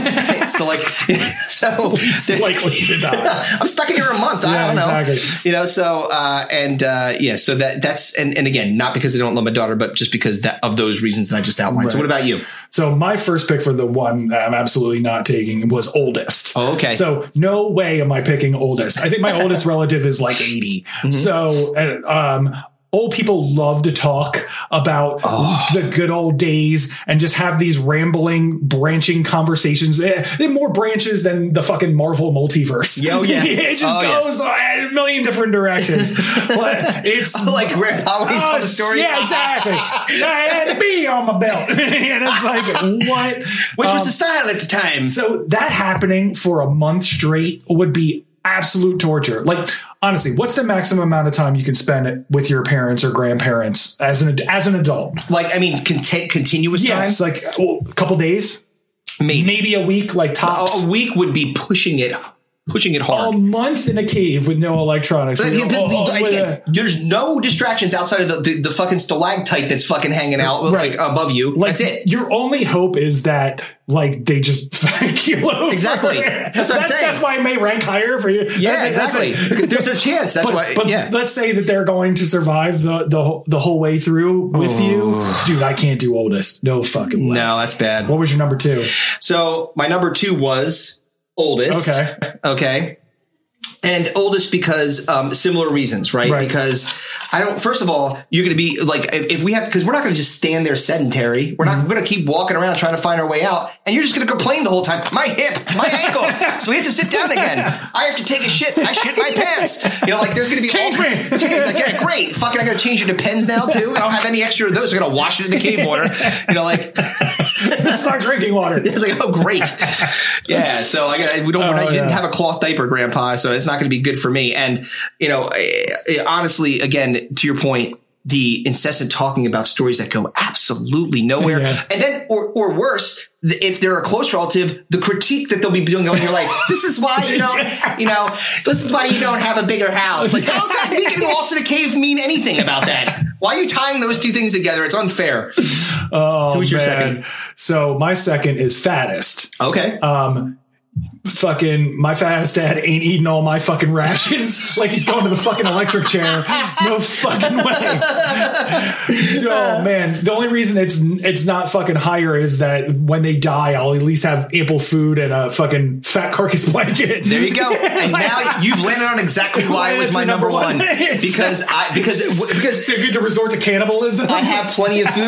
S1: so like so
S2: likely to die.
S1: I'm stuck in here a month. I
S2: Yeah,
S1: don't know.
S2: exactly.
S1: You know, so uh, and uh, yeah, so that that's and, and again, not because I don't love my daughter, but just because that of those reasons that I just outlined. So what
S2: Right.
S1: about you?
S2: So my first pick for the one that I'm absolutely not taking was oldest.
S1: Oh, okay.
S2: So no way am I picking oldest. I think my oldest relative is like 80.
S1: Mm-hmm.
S2: So uh, um old people love to talk about
S1: Oh.
S2: the good old days and just have these rambling branching conversations. Eh, They have more branches than the fucking Marvel multiverse.
S1: Yeah, oh, yeah.
S2: it just
S1: Oh, yeah.
S2: goes a million different directions. But it's
S1: like Grandpa always
S2: Oh,
S1: tells the story.
S2: Yeah, exactly. I had a bee on my belt. and it's like, what?
S1: Which was
S2: Um,
S1: the style at the time.
S2: so that happening for a month straight would be absolute torture. Like, honestly, what's the maximum amount of time you can spend with your parents or grandparents as an as an adult?
S1: Like I mean, content, continuous
S2: Yeah, it's
S1: time.
S2: like well, a couple days,
S1: Maybe
S2: maybe a week, like
S1: a,
S2: tops.
S1: a week would be pushing it, pushing it
S2: a
S1: hard.
S2: month in a cave with no electronics.
S1: But
S2: You know,
S1: the- the-
S2: Um, oh, oh,
S1: the-
S2: with
S1: again,
S2: a-
S1: there's no distractions outside of the, the, the fucking stalactite that's fucking hanging out
S2: Right.
S1: like above you.
S2: like
S1: that's it.
S2: your only hope is that like they just thank you over.
S1: Exactly. That's what I'm saying.
S2: That's why it may rank higher for you.
S1: Yeah,
S2: That's it, that's
S1: exactly.
S2: it.
S1: There's a chance. That's
S2: but,
S1: why.
S2: but
S1: yeah.
S2: let's say that they're going to survive the the, whole- the whole way through with you, dude. I can't do oldest. No fucking way.
S1: No, that's bad.
S2: What was your number two?
S1: So my number two was oldest.
S2: Okay.
S1: Okay. And oldest because um, similar reasons, right?
S2: Right.
S1: Because I don't. First of all, you're going to be like if, if we have because we're not going to just stand there sedentary. We're
S2: Mm-hmm.
S1: not going to keep walking around trying to find our way out, and you're just going to complain the whole time. My hip, my ankle. so we have to sit down again. I have to take a shit. I shit my pants. You know, like there's going to be
S2: Change
S1: all,
S2: me.
S1: Change, like, yeah, great. Fucking, I got to change it to pens now too. I don't have any extra of those. So I got to wash it in the cave water. You know, like
S2: Start drinking water.
S1: it's like, oh, great. yeah. So I got, we don't, we're not,
S2: Oh,
S1: you didn't
S2: yeah.
S1: have a cloth diaper, grandpa. So it's not going to be good for me. And, you know, I, I- honestly, again, to your point, the incessant talking about stories that go absolutely nowhere.
S2: Yeah.
S1: And then, or, or worse, th- if they're a close relative, the critique that they'll be doing on your life. This is why you don't, you know, this is why you don't have a bigger house. Like, how's that me getting lost in a cave mean anything about that? Why are you tying those two things together? It's unfair.
S2: Oh
S1: Who's your
S2: man.
S1: second?
S2: So my second is fattest.
S1: Okay.
S2: Um, fucking my fattest dad ain't eating all my fucking rations. like he's going to the fucking electric chair. No fucking way. oh man, the only reason it's it's not fucking higher is that when they die, I'll at least have ample food and a fucking fat carcass blanket.
S1: There you go. And now you've landed on exactly why it was
S2: That's
S1: my
S2: your
S1: number
S2: number
S1: one
S2: one. Yes.
S1: because I because because
S2: So if you have to resort to cannibalism,
S1: I have plenty of food.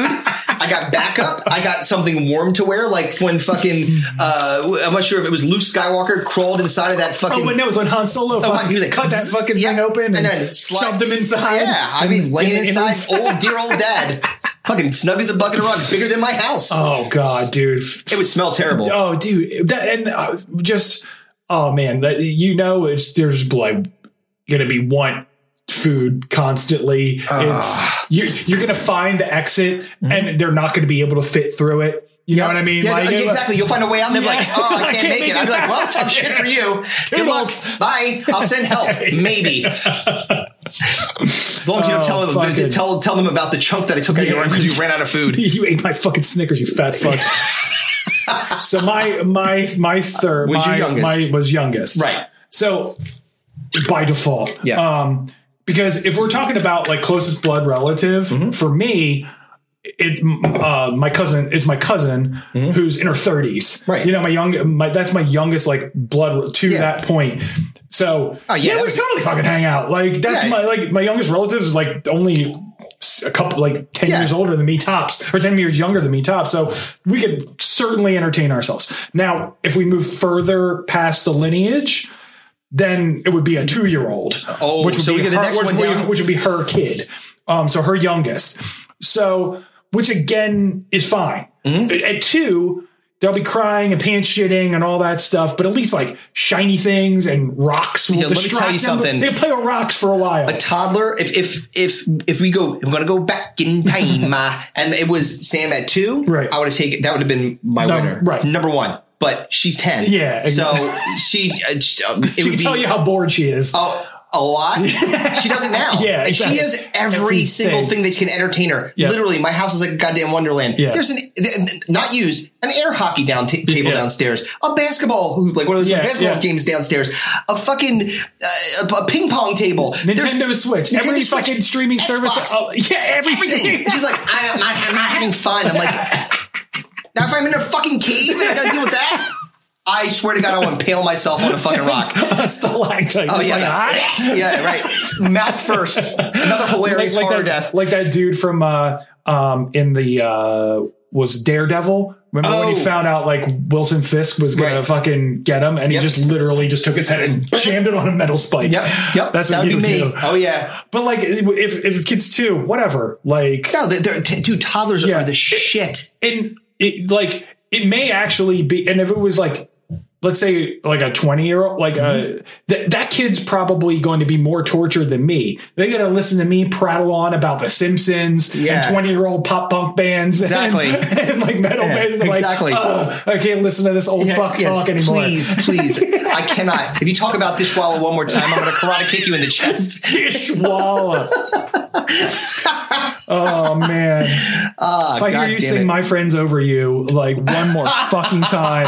S1: I got backup. I got something warm to wear, like when fucking uh, I'm not sure if it was Luke Skywalker crawled inside of that fucking.
S2: Oh, when it was when Han Solo fucking
S1: he was like,
S2: cut that fucking
S1: yeah,
S2: thing open and,
S1: slide-
S2: shoved him inside.
S1: Yeah, I mean,
S2: And-
S1: laying
S2: and- and-
S1: inside old dear old dad, fucking snug as a bucket of rug, bigger than my house.
S2: Oh god, dude.
S1: it would smell terrible.
S2: Oh, dude, that and uh, just oh man, that, you know, it's there's like gonna be one food constantly. It's you're, you're gonna find the exit, and they're not gonna be able to fit through it. You know what I mean?
S1: Yeah,
S2: Like, it-
S1: exactly. You'll find a way out. And they're
S2: Yeah.
S1: like, oh, I can't, make, it. I'd be like, well,
S2: out.
S1: tough shit for you. Good luck.
S2: Toodles.
S1: Bye. I'll send help. Maybe. As long as you don't
S2: Oh,
S1: tell them,
S2: fucking-
S1: tell, tell them about the chunk that I took out of your
S2: Yeah.
S1: arm because you ran out of food.
S2: You ate my fucking Snickers, you fat fuck. so my my my third
S1: Was your
S2: my,
S1: youngest.
S2: my was youngest.
S1: Right.
S2: So by default.
S1: Yeah.
S2: Um because if we're talking about like closest blood relative,
S1: Mm-hmm.
S2: for me, it uh, my cousin it's my cousin who's in her 30s.
S1: Mm-hmm. Right.
S2: You know, my young my that's my youngest like blood to
S1: Yeah.
S2: that point. So
S1: Oh, yeah,
S2: yeah,
S1: that
S2: we
S1: was-
S2: totally fucking hang out. Like that's
S1: Yeah.
S2: my like my youngest relatives is like only s- a couple like 10
S1: Yeah.
S2: years older than me tops or 10 years younger than me tops so we could certainly entertain ourselves now if we move further past the lineage then it would be a two-year-old
S1: Oh,
S2: which would
S1: so
S2: be
S1: we get the
S2: her,
S1: next
S2: which
S1: one
S2: would be-
S1: down.
S2: which would be her kid um so her youngest so which again is fine At-
S1: Mm-hmm.
S2: at two they'll be crying and pants shitting and all that stuff but at least like shiny things and rocks will
S1: Yeah, let me tell
S2: distract
S1: you
S2: them.
S1: something.
S2: they play with rocks for a while
S1: A toddler, if if if if we go, I'm gonna go back in time, uh, and it was Sam at two.
S2: Right.
S1: I would have taken that. Would have been my
S2: Num-
S1: winner.
S2: right.
S1: Number one, but she's ten.
S2: Yeah,
S1: So she, uh, she, um, it
S2: she
S1: would
S2: can
S1: be,
S2: tell you how bored she is.
S1: Oh, a lot. she doesn't now.
S2: Yeah,
S1: and
S2: exactly.
S1: she has every
S2: Everything.
S1: single thing that can entertain her.
S2: Yeah.
S1: Literally, my house is like a goddamn wonderland.
S2: Yeah.
S1: There's an th- th- not used an air hockey down ta- table
S2: Yeah.
S1: downstairs, a basketball hoop, like one of those
S2: Yeah,
S1: basketball
S2: yeah.
S1: games downstairs, a fucking uh, a, a ping pong table, There's-
S2: Nintendo Switch,
S1: Nintendo
S2: every
S1: Switch,
S2: fucking streaming
S1: Xbox.
S2: service. Oh, yeah, everything.
S1: everything. She's like, I, I, I'm not having fun. I'm like, now if I'm in a fucking cave and I gotta deal with that, I swear to God, I will impale myself on a fucking rock.
S2: a stalactite.
S1: Oh
S2: just
S1: yeah,
S2: like, ah.
S1: that- yeah, right. Mouth first. Another hilarious
S2: like,
S1: horror
S2: that,
S1: death.
S2: like that dude from uh, um, in the uh, was Daredevil. Remember when
S1: Oh.
S2: he found out like Wilson Fisk was gonna
S1: Right.
S2: fucking get him, and
S1: Yep.
S2: he just literally just took his head and jammed it on a metal spike.
S1: Yep, yep.
S2: That's
S1: that
S2: what
S1: would
S2: you
S1: be
S2: would
S1: me.
S2: do.
S1: Oh yeah.
S2: But like, if if it's kids too, whatever. Like,
S1: No, they're, they're t- dude. Toddlers
S2: Yeah.
S1: are the shit.
S2: and it like it may actually be and if it was like let's say like a 20 year old like
S1: Mm-hmm.
S2: uh th- that kid's probably going to be more tortured than me they're going to listen to me prattle on about the simpsons
S1: Yeah.
S2: and 20 year old pop punk bands and-
S1: Exactly.
S2: and, like metal
S1: Yeah,
S2: bands and
S1: exactly.
S2: like "Ugh, i can't listen to this old
S1: Yeah,
S2: fuck
S1: yes,
S2: talk anymore
S1: Please, please. I cannot. If you talk about Dishwalla one more time, I'm going to karate kick you in the chest.
S2: Dishwalla. oh man if
S1: Ah, God
S2: i hear you
S1: damn
S2: sing
S1: it.
S2: my friends over you like one more fucking time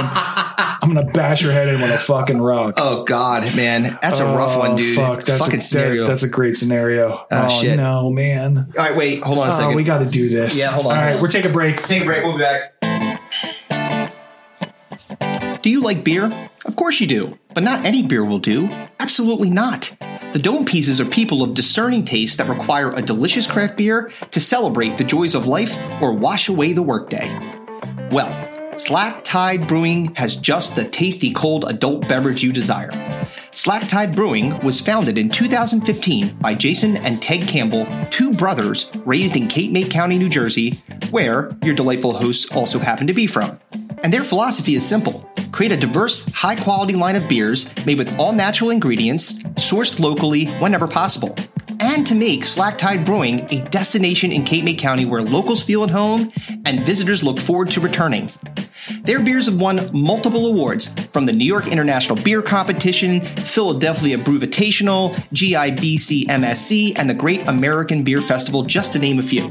S2: i'm gonna bash your head in with a fucking rock
S1: Oh God, man, that's a rough
S2: Oh,
S1: one, dude.
S2: Fuck, that's
S1: Fucking
S2: a,
S1: scenario.
S2: that- that's a great scenario.
S1: Ah,
S2: oh
S1: shit.
S2: no, man.
S1: All right, wait, hold on a
S2: Oh,
S1: second.
S2: we got to do this.
S1: Yeah, hold on,
S2: All
S1: hold
S2: right,
S1: on.
S2: we'll take a break.
S1: Take a break. We'll be back. Do you like beer? Of course you do, but not any beer will do. Absolutely not. The Dome Pieces are people of discerning taste that require a delicious craft beer to celebrate the joys of life or wash away the workday. Well, Slack Tide Brewing has just the tasty cold adult beverage you desire. Slack Tide Brewing was founded in 2015 by Jason and Ted Campbell, two brothers raised in Cape May County, New Jersey, where your delightful hosts also happen to be from. And their philosophy is simple create a diverse, high quality line of beers made with all natural ingredients, sourced locally whenever possible and to make Slack Tide Brewing a destination in Cape May County where locals feel at home and visitors look forward to returning. Their beers have won multiple awards from the New York International Beer Competition, Philadelphia Brewvitational, GIBC MSC, and the Great American Beer Festival, just to name a few.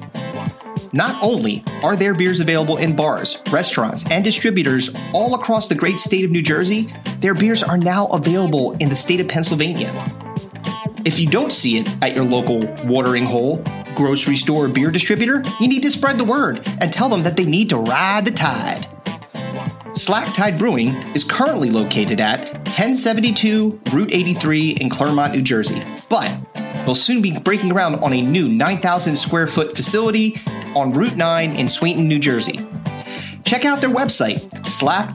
S1: Not only are their beers available in bars, restaurants, and distributors all across the great state of New Jersey, their beers are now available in the state of Pennsylvania. If you don't see it at your local watering hole, grocery store, or beer distributor, you need to spread the word and tell them that they need to ride the tide. Slack Tide Brewing is currently located at 1072 Route 83 in Claremont, New Jersey, but will soon be breaking ground on a new 9,000 square foot facility on Route 9 in Swainton, New Jersey. Check out their website,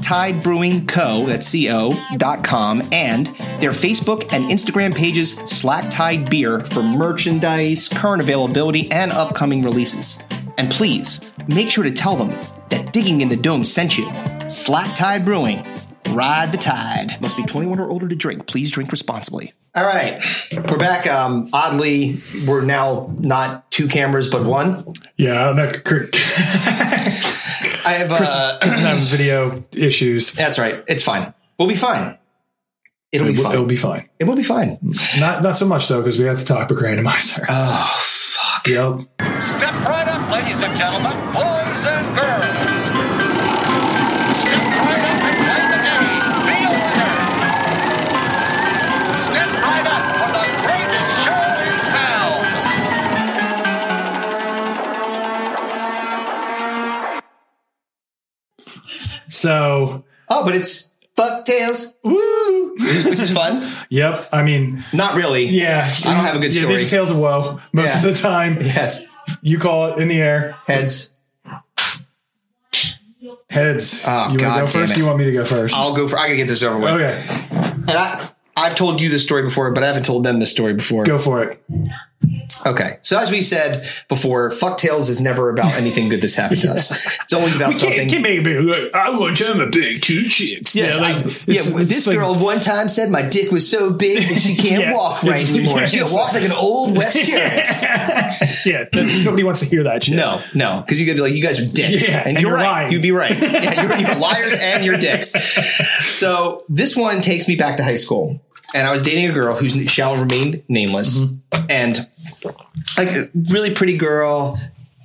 S1: slacktidebrewingco, that's C-O, dot com, and their Facebook and Instagram pages, Slack Tide Beer, for merchandise, current availability, and upcoming releases. And please, make sure to tell them that Digging in the Dome sent you. Slack Tide Brewing. Ride the tide. Must be 21 or older to drink. Please drink responsibly. All right. We're back. Um, oddly, we're now not two cameras, but one.
S2: Yeah, I'm not, Chris,
S1: I have. Uh,
S2: Chris has video issues.
S1: That's right. It's fine. We'll be fine. It'll be
S2: It will-
S1: fine.
S2: It'll be fine.
S1: it will be fine.
S2: Not not so much though, because we have to talk about randomizer. Oh fuck. Yep.
S8: Step right up, ladies and gentlemen, boys and girls. Step right up and play the game. Be older. Step right up for the greatest show in town.
S2: So
S1: Oh, but it's fuck tails. Woo! Which is fun.
S2: yep. I mean,
S1: Not really.
S2: yeah.
S1: I don't have a good
S2: Yeah,
S1: story.
S2: These are tales of woe most
S1: Yeah.
S2: of the time.
S1: Yes.
S2: You call it in the air.
S1: Heads.
S2: Heads.
S1: Oh,
S2: you wanna
S1: God
S2: go
S1: damn
S2: first?
S1: it.
S2: You want me to go 1st
S1: I'll go for I gotta get this over with.
S2: okay.
S1: And I I've told you this story before, but I haven't told them this story before.
S2: Go for it.
S1: Okay. So as we said before, fuck tails is never about anything good that's happened to us. It's always about something.
S2: Can't, can't make a big look. I one time I banged two chicks.
S1: Yes, I- yeah,
S2: it's- it's
S1: this
S2: like-
S1: girl one time said my dick was so big that she can't
S2: Yeah,
S1: walk right
S2: it's-
S1: anymore.
S2: yeah,
S1: she
S2: it's-
S1: walks like an old West Sheriff.
S2: Yeah, th- nobody wants to hear that shit.
S1: No, no, because you could be like, you guys are dicks,
S2: Yeah, and you're lying.
S1: You'd be right. Yeah, you're, you're liars and you're dicks. So this one takes me back to high school. and I was dating a girl who shall remain nameless,
S2: Mm-hmm.
S1: and like a really pretty girl,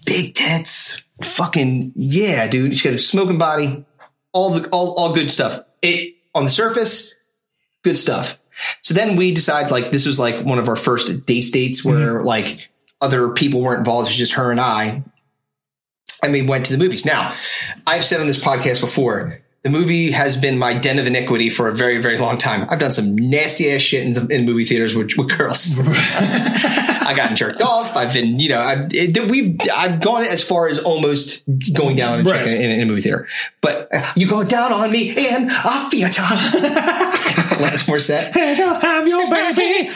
S1: big tits, fucking yeah, dude. She got a smoking body, all the all all good stuff. It on the surface, good stuff. So then we decide like this was like one of our first date dates where like other people weren't involved. It was just her and I, and we went to the movies. Now, I've said on this podcast before, the movie has been my den of iniquity for a very, very long time. I've done some nasty ass shit in, in movie theaters with, with girls. I gotten jerked off. I've been, you know, I've, it, we've, I've gone as far as almost going down and
S2: Right.
S1: checking in, in a movie theater. But uh, you go down on me in a theater. Last more set.
S2: Don't have your baby.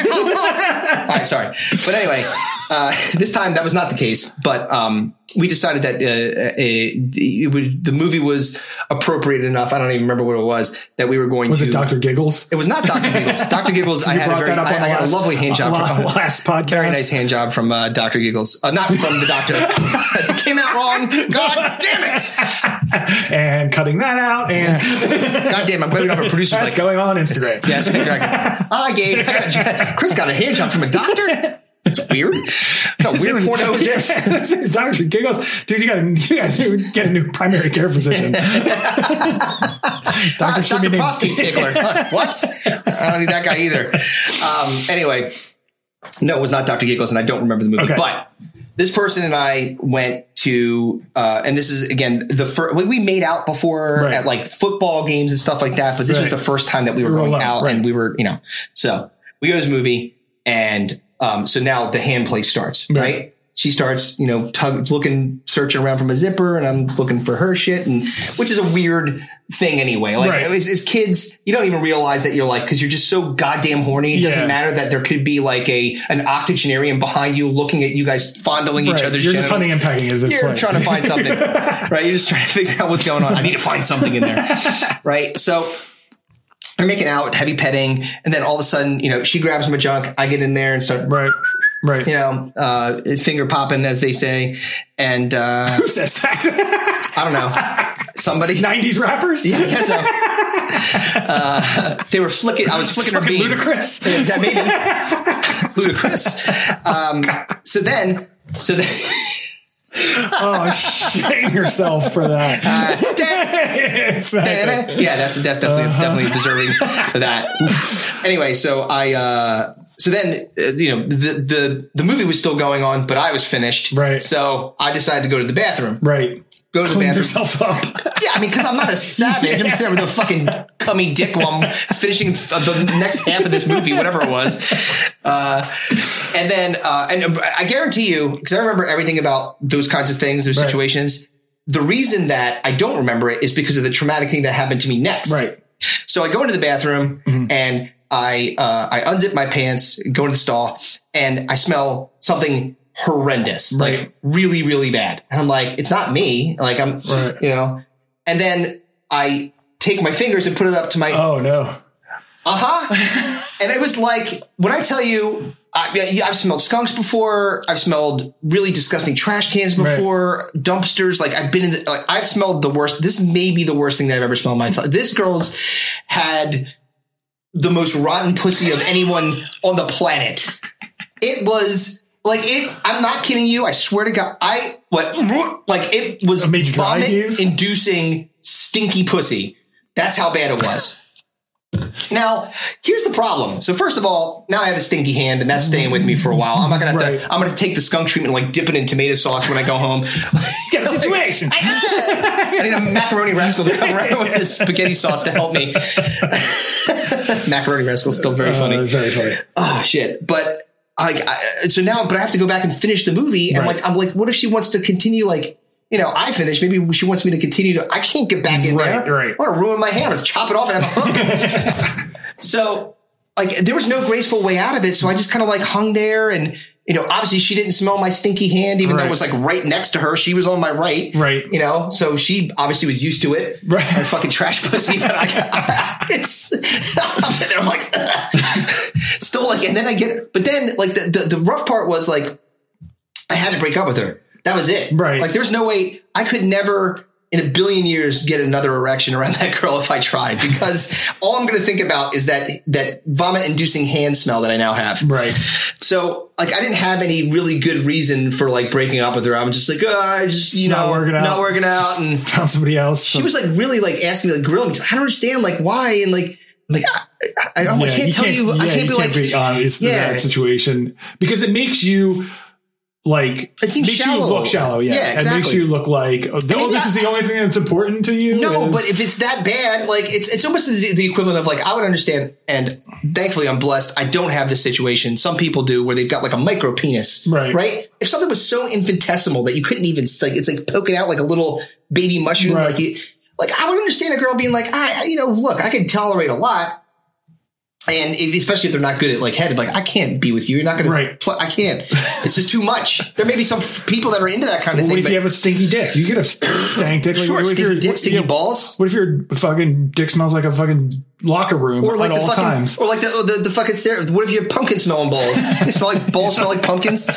S1: All right, sorry. But anyway, uh, this time that was not the case. But um, we decided that uh, a, the, it would, the movie was appropriate enough. I don't even remember what it was that we were going
S2: Was
S1: to.
S2: it Doctor Giggles?
S1: It was not Dr. Giggles. Dr. Giggles, I
S2: You
S1: had a
S2: brought
S1: very,
S2: that up
S1: I,
S2: on
S1: I
S2: the
S1: got a
S2: last-
S1: lovely hand job
S2: on
S1: from
S2: the last podcast.
S1: Very nice hand job from uh, Dr. Giggles. Uh, not from the doctor. It came out wrong. God damn it.
S2: and cutting that out, and
S1: God damn, I'm glad we don't have a producer
S2: that's
S1: like,
S2: going on Instagram.
S1: Yes, exactly. I gave I got a- Chris got a hand job from a doctor. It's weird. What a weird porno is this?
S2: Doctor Giggles, dude, you got to you got to get a new primary care physician.
S1: Ah,
S2: Doctor
S1: it's Dr.
S2: Shimmy
S1: Prostate Tickler. Huh, what? I don't need that guy either. Um, anyway, no, it was not Dr. Giggles, and I don't remember the movie.
S2: Okay.
S1: But this person and I went to, uh, and this is again the first we, we made out before
S2: Right.
S1: at like football games and stuff like that. But this was
S2: Right.
S1: the first time that we were
S2: were
S1: going
S2: alone,
S1: out,
S2: right.
S1: and we were, you know, so we go to this movie, and um, so now the hand play starts,
S2: Right.
S1: right? she starts, you know, tug, looking, searching around for my zipper, and I'm looking for her shit, and which is a weird thing anyway. Like
S2: Right.
S1: as, as kids, you don't even realize that you're like because you're just so goddamn horny. It doesn't
S2: Yeah.
S1: matter that there could be like a an octogenarian behind you looking at you guys fondling each
S2: Right.
S1: other's.
S2: You're just
S1: genitals.
S2: hunting and pecking at this
S1: You're
S2: point.
S1: trying to find something, right? You're just trying to figure out what's going on. I need to find something in there, right? So they're making out, heavy petting, and then all of a sudden, you know, she grabs my junk. I get in there and start
S2: right, right.
S1: you know, uh, finger popping, as they say. And uh,
S2: Who says that?
S1: I don't know, somebody.
S2: Nineties rappers.
S1: I guess so. Uh, they were flicking. I was flicking her
S2: Fucking
S1: bean.
S2: ludicrous.
S1: Yeah, that maybe. ludicrous. Um, so then, so then,
S2: Oh, shame yourself for that. Exactly.
S1: uh, yeah, that's def- definitely
S2: Uh-huh.
S1: definitely deserving for that. Oof. Anyway, so I uh, so then uh, you know the the the movie was still going on, but I was finished.
S2: Right.
S1: So I decided to go to the bathroom.
S2: Right.
S1: Go to the
S2: Clean
S1: bathroom.
S2: yourself up.
S1: Yeah, I mean, because I'm not a savage. I'm sitting with a fucking cummy dick while I'm finishing th- uh, the next half of this movie, whatever it was. Uh, and then, uh, and I guarantee you, because I remember everything about those kinds of things, those
S2: Right.
S1: situations. The reason that I don't remember it is because of the traumatic thing that happened to me next.
S2: Right.
S1: So I go into the bathroom
S2: Mm-hmm.
S1: and I uh, I unzip my pants, go into the stall, and I smell something horrendous,
S2: Right.
S1: like really really bad. And I'm like, it's not me. Like I'm,
S2: Right.
S1: you know. And then I take my fingers and put it up to my
S2: Oh no.
S1: uh huh. and it was like, when I tell you, I, I've smelled skunks before. I've smelled really disgusting trash cans
S2: Right.
S1: before, dumpsters. Like I've been in, the, like I've smelled the worst. This may be the worst thing that I've ever smelled in my entire. This girl's had the most rotten pussy of anyone on the planet. It was like it. I'm not kidding you. I swear to God. I what like it was
S2: It made you dry, Dave?
S1: vomit inducing stinky pussy. That's how bad it was. Now, here's the problem. So first of all, now I have a stinky hand, and that's staying with me for a while. I'm not gonna have
S2: Right.
S1: to. I'm gonna take the skunk treatment, and, like dip it in tomato sauce when I go home.
S2: Get a situation. Uh,
S1: I need a macaroni rascal to come around with this spaghetti sauce to help me. macaroni rascal still very funny.
S2: Uh, very funny.
S1: oh shit! But like, I, so now, but I have to go back and finish the movie, and
S2: Right.
S1: like, I'm like, what if she wants to continue? Like, you know, I finished. Maybe she wants me to continue to. I can't get back in
S2: Right,
S1: there.
S2: right.
S1: I want to ruin my hand. Let's chop it off and have a hook. so, like, there was no graceful way out of it. So I just kind of like hung there and. You know, obviously she didn't smell my stinky hand, even though
S2: Right.
S1: it was like right next to her. She was on my right.
S2: Right.
S1: You know, so she obviously was used to it.
S2: Right.
S1: And fucking trash pussy. But I, I, it's, I'm sitting there, I'm like, still like, and then I get, but then like the, the, the rough part was like, I had to break up with her. That was it.
S2: Right.
S1: Like there's no way I could never in a billion years get another erection around that girl if I tried because all I'm going to think about is that that vomit inducing hand smell that I now have.
S2: Right.
S1: So like I didn't have any really good reason for like breaking up with her. I'm just like, oh, I just you
S2: It's not
S1: know
S2: working out."
S1: not working out and
S2: Found somebody else.
S1: she was like really like asking me like grilling me. I don't understand like why and like I'm like I, I, I, don't- I can't tell you. I
S2: yeah,
S1: can't be like
S2: be honest in
S1: Yeah.
S2: that situation because it makes you like
S1: It seems
S2: makes
S1: shallow.
S2: you look shallow. Yeah,
S1: Yeah,
S2: it makes
S1: exactly.
S2: you look like oh,
S1: mean,
S2: this is
S1: yeah.
S2: the only thing that's important to you.
S1: no,
S2: is-
S1: but if it's that bad, like it's it's almost the, the equivalent of like I would understand. And thankfully, I'm blessed. I don't have this situation. Some people do where they've got like a micro penis,
S2: Right.
S1: Right. If something was so infinitesimal that you couldn't even like it's like poking out like a little baby mushroom,
S2: Right.
S1: like you, like I would understand a girl being like, I I- you know, look, I can tolerate a lot. And it, especially if they're not good at like headed, like I can't be with you. You're not going
S2: Right.
S1: to. Pl- I can't. It's just too much. There may be some f- people that are into that kind of
S2: what
S1: thing.
S2: if
S1: but
S2: you have a stinky dick? You could have stank dick. Like,
S1: sure,
S2: what if
S1: stinky
S2: your-
S1: dick, stinky
S2: yeah,
S1: balls.
S2: What if your fucking dick smells like a fucking locker room
S1: or like
S2: at
S1: the
S2: all
S1: fucking,
S2: times?
S1: or like the, oh, the the fucking stare. What if you have pumpkin smelling balls? They smell like balls smell like pumpkins.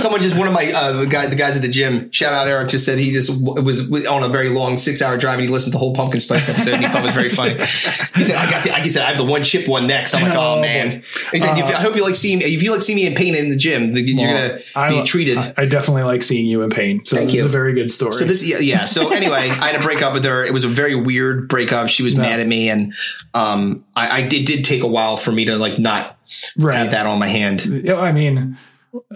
S1: Someone just one of my uh, the guy the guys at the gym. Shout out Eric just said he just w- was on a very long six hour drive and he listened to the whole pumpkin spice episode and he thought it was very funny. He said I got the, he said I have the one chip one next. I'm like oh,
S2: Oh,
S1: man. He said if, I hope you like seeing if you like see me in pain in the gym then you're gonna be treated.
S2: I, I definitely like seeing you in pain. So
S1: Thank
S2: this
S1: you.
S2: is a very good story.
S1: So this, yeah, yeah. So anyway, I had a breakup with her. It was a very weird breakup. She was mad at me, and um, I, I did did take a while for me to like not
S2: right.
S1: have that on my hand.
S2: Yeah, I mean,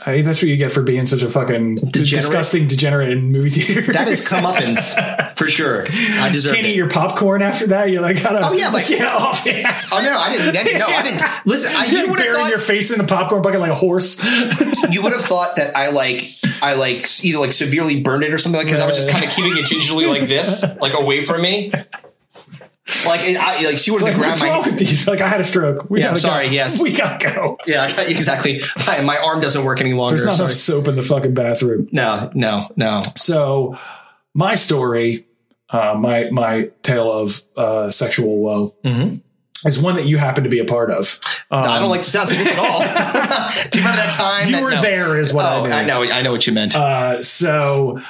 S2: I, that's what you get for being such a fucking disgusting degenerate in movie theater.
S1: That is comeuppance for sure. I deserve
S2: Can't
S1: it.
S2: eat your popcorn after that. You're like, gotta,
S1: Oh, yeah, like-
S2: get off. Yeah.
S1: oh no, no, I didn't. I didn't- No, I didn't. Listen, I, you
S2: You
S1: would have
S2: bury
S1: thought
S2: your face in the popcorn bucket like a horse.
S1: you would have thought that I like I like either like severely burned it or something like because I was just kind of keeping it gingerly like this, like away from me. Like it, I, like she would have
S2: Like,
S1: grabbed
S2: what's
S1: my
S2: wrong with you? Like, I had a stroke. We
S1: Yeah, I'm
S2: gotta
S1: sorry,
S2: Go.
S1: yes.
S2: we gotta go.
S1: yeah exactly. My, my arm doesn't work any longer.
S2: There's not
S1: Sorry.
S2: enough soap in the fucking bathroom.
S1: No, no, no.
S2: So my story, uh, my my tale of uh, sexual woe
S1: Mm-hmm.
S2: is one that you happen to be a part of. Um,
S1: I don't like the sounds of this at all. Do you remember that time?
S2: You
S1: that,
S2: were
S1: no.
S2: there, is what
S1: Oh,
S2: I
S1: I
S2: mean.
S1: know. I know what you meant.
S2: Uh, so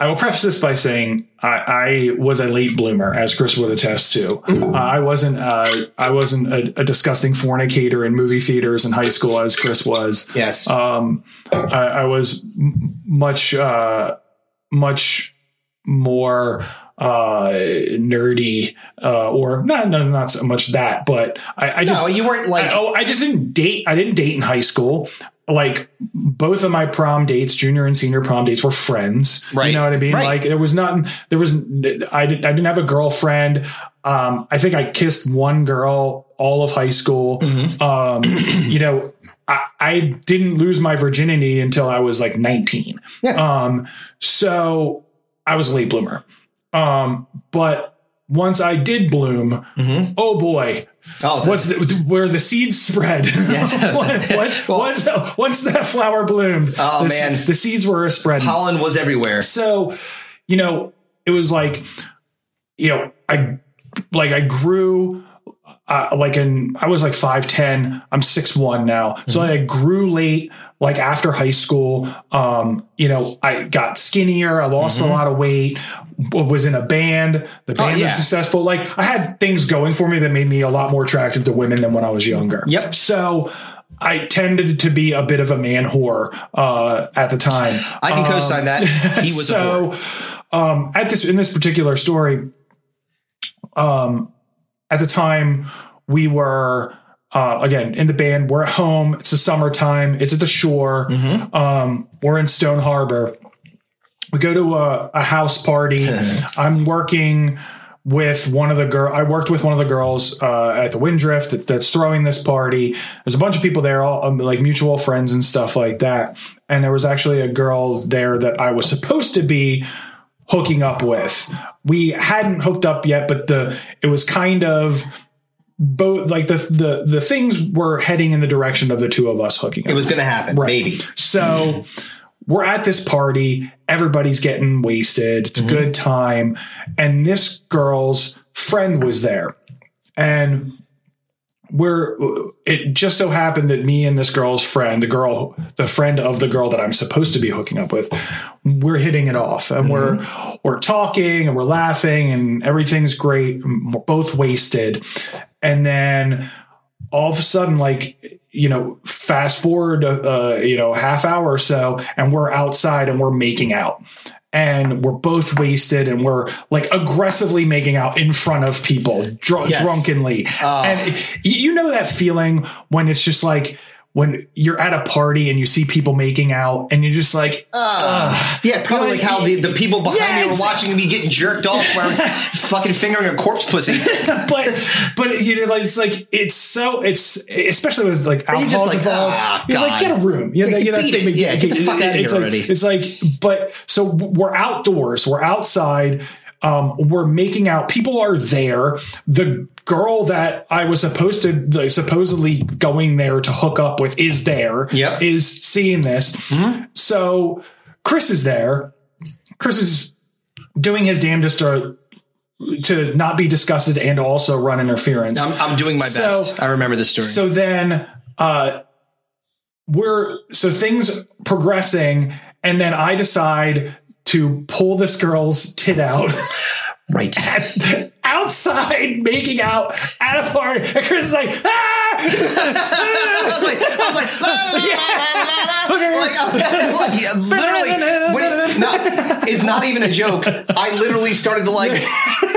S2: I will preface this by saying I, I was a late bloomer, as Chris would attest to. Uh, I wasn't uh, I wasn't a, a disgusting fornicator in movie theaters in high school, as Chris was.
S1: yes.
S2: Um, I, I was m- much uh, much more uh nerdy uh or not no not so much that but i, I just
S1: no, you weren't like.
S2: I, oh, I just didn't date. I didn't date in high school. Like both of my prom dates, junior and senior prom dates, were friends.
S1: Right.
S2: You know what I mean?
S1: Right.
S2: Like there was nothing. There was. I didn't. I didn't have a girlfriend. Um, I think I kissed one girl all of high school.
S1: Mm-hmm.
S2: Um, you know, I, I didn't lose my virginity until I was like 19.
S1: Yeah.
S2: Um, so I was a late bloomer. Um, but once I did bloom,
S1: Mhm.
S2: oh boy,
S1: oh,
S2: What's the, where the seeds spread? what, what,
S1: Well-
S2: once, once that flower bloomed,
S1: Oh,
S2: the, se-
S1: man.
S2: the seeds were spreading.
S1: pollen was everywhere.
S2: So, you know, it was like, you know, I like I grew uh, like in I was like five ten. I'm six one now, so
S1: Mm-hmm.
S2: I grew late. Like after high school, um, you know, I got skinnier. I lost a lot of weight. w- Was in a band. The band
S1: Mm-hmm. Oh, yeah.
S2: was successful. Like I had things going for me that made me a lot more attractive to women than when I was younger.
S1: Yep.
S2: So I tended to be a bit of a man whore uh, at the time.
S1: I can co-sign that. He was a whore.
S2: so um at this in this particular story um at the time we were uh, again in the band we're at home it's the summertime it's at the shore
S1: Mm-hmm.
S2: um we're in stone harbor we go to a, a house party i'm working with one of the girl i worked with one of the girls uh, at the windrift that, that's throwing this party there's a bunch of people there all um, like mutual friends and stuff like that and there was actually a girl there that i was supposed to be hooking up with we hadn't hooked up yet but the it was kind of both like the the the things were heading in the direction of the two of us hooking up
S1: It was going to happen.
S2: Right.
S1: Maybe.
S2: so we're at this party. Everybody's getting wasted. It's a good time. And this girl's friend was there. And we're it just so happened that me and this girl's friend, the girl, the friend of the girl that I'm supposed to be hooking up with, we're hitting it off and we're we're talking and we're laughing and everything's great. We're both wasted. And then all of a sudden, like, you know, fast forward, uh, you know, half hour or so, and we're outside and we're making out. And we're both wasted and we're like aggressively making out in front of people, dr-
S1: Yes.
S2: drunkenly.
S1: Ah.
S2: and it- y- you know that feeling when it's just like, when you're at a party and you see people making out and you're just like,
S1: Uh, yeah, probably like how the, the people behind
S2: Yeah,
S1: me were
S2: exa-
S1: watching me getting jerked off where I was fucking fingering a corpse pussy.
S2: but but you know, like it's like it's so it's especially with like
S1: you're just
S2: alcohol's
S1: like,
S2: involved.
S1: "Ah,
S2: you're like
S1: God."
S2: get a room. You know,
S1: Yeah,
S2: you know
S1: beat
S2: that's the
S1: it. Yeah, get the fuck outta
S2: it's
S1: here
S2: like,
S1: already.
S2: It's like but so we're outdoors. We're outside. Um, we're making out. People are there. The girl that I was supposed to like, supposedly going there to hook up with is there.
S1: Yep. Mm-hmm.
S2: Is seeing this. So Chris is there. Chris is doing his damnedest to to not be disgusted and also run interference.
S1: I'm, I'm doing my
S2: So-
S1: best. I remember this story.
S2: so then uh we're so things progressing and then I decide to pull this girl's tit out
S1: right.
S2: outside making out at a party. And Chris is like, ah!
S1: I was like, I was like, la, la, la, la, la, la, la. like, I'm- like, yeah, literally, when it, no, it's not even a joke. I literally started to like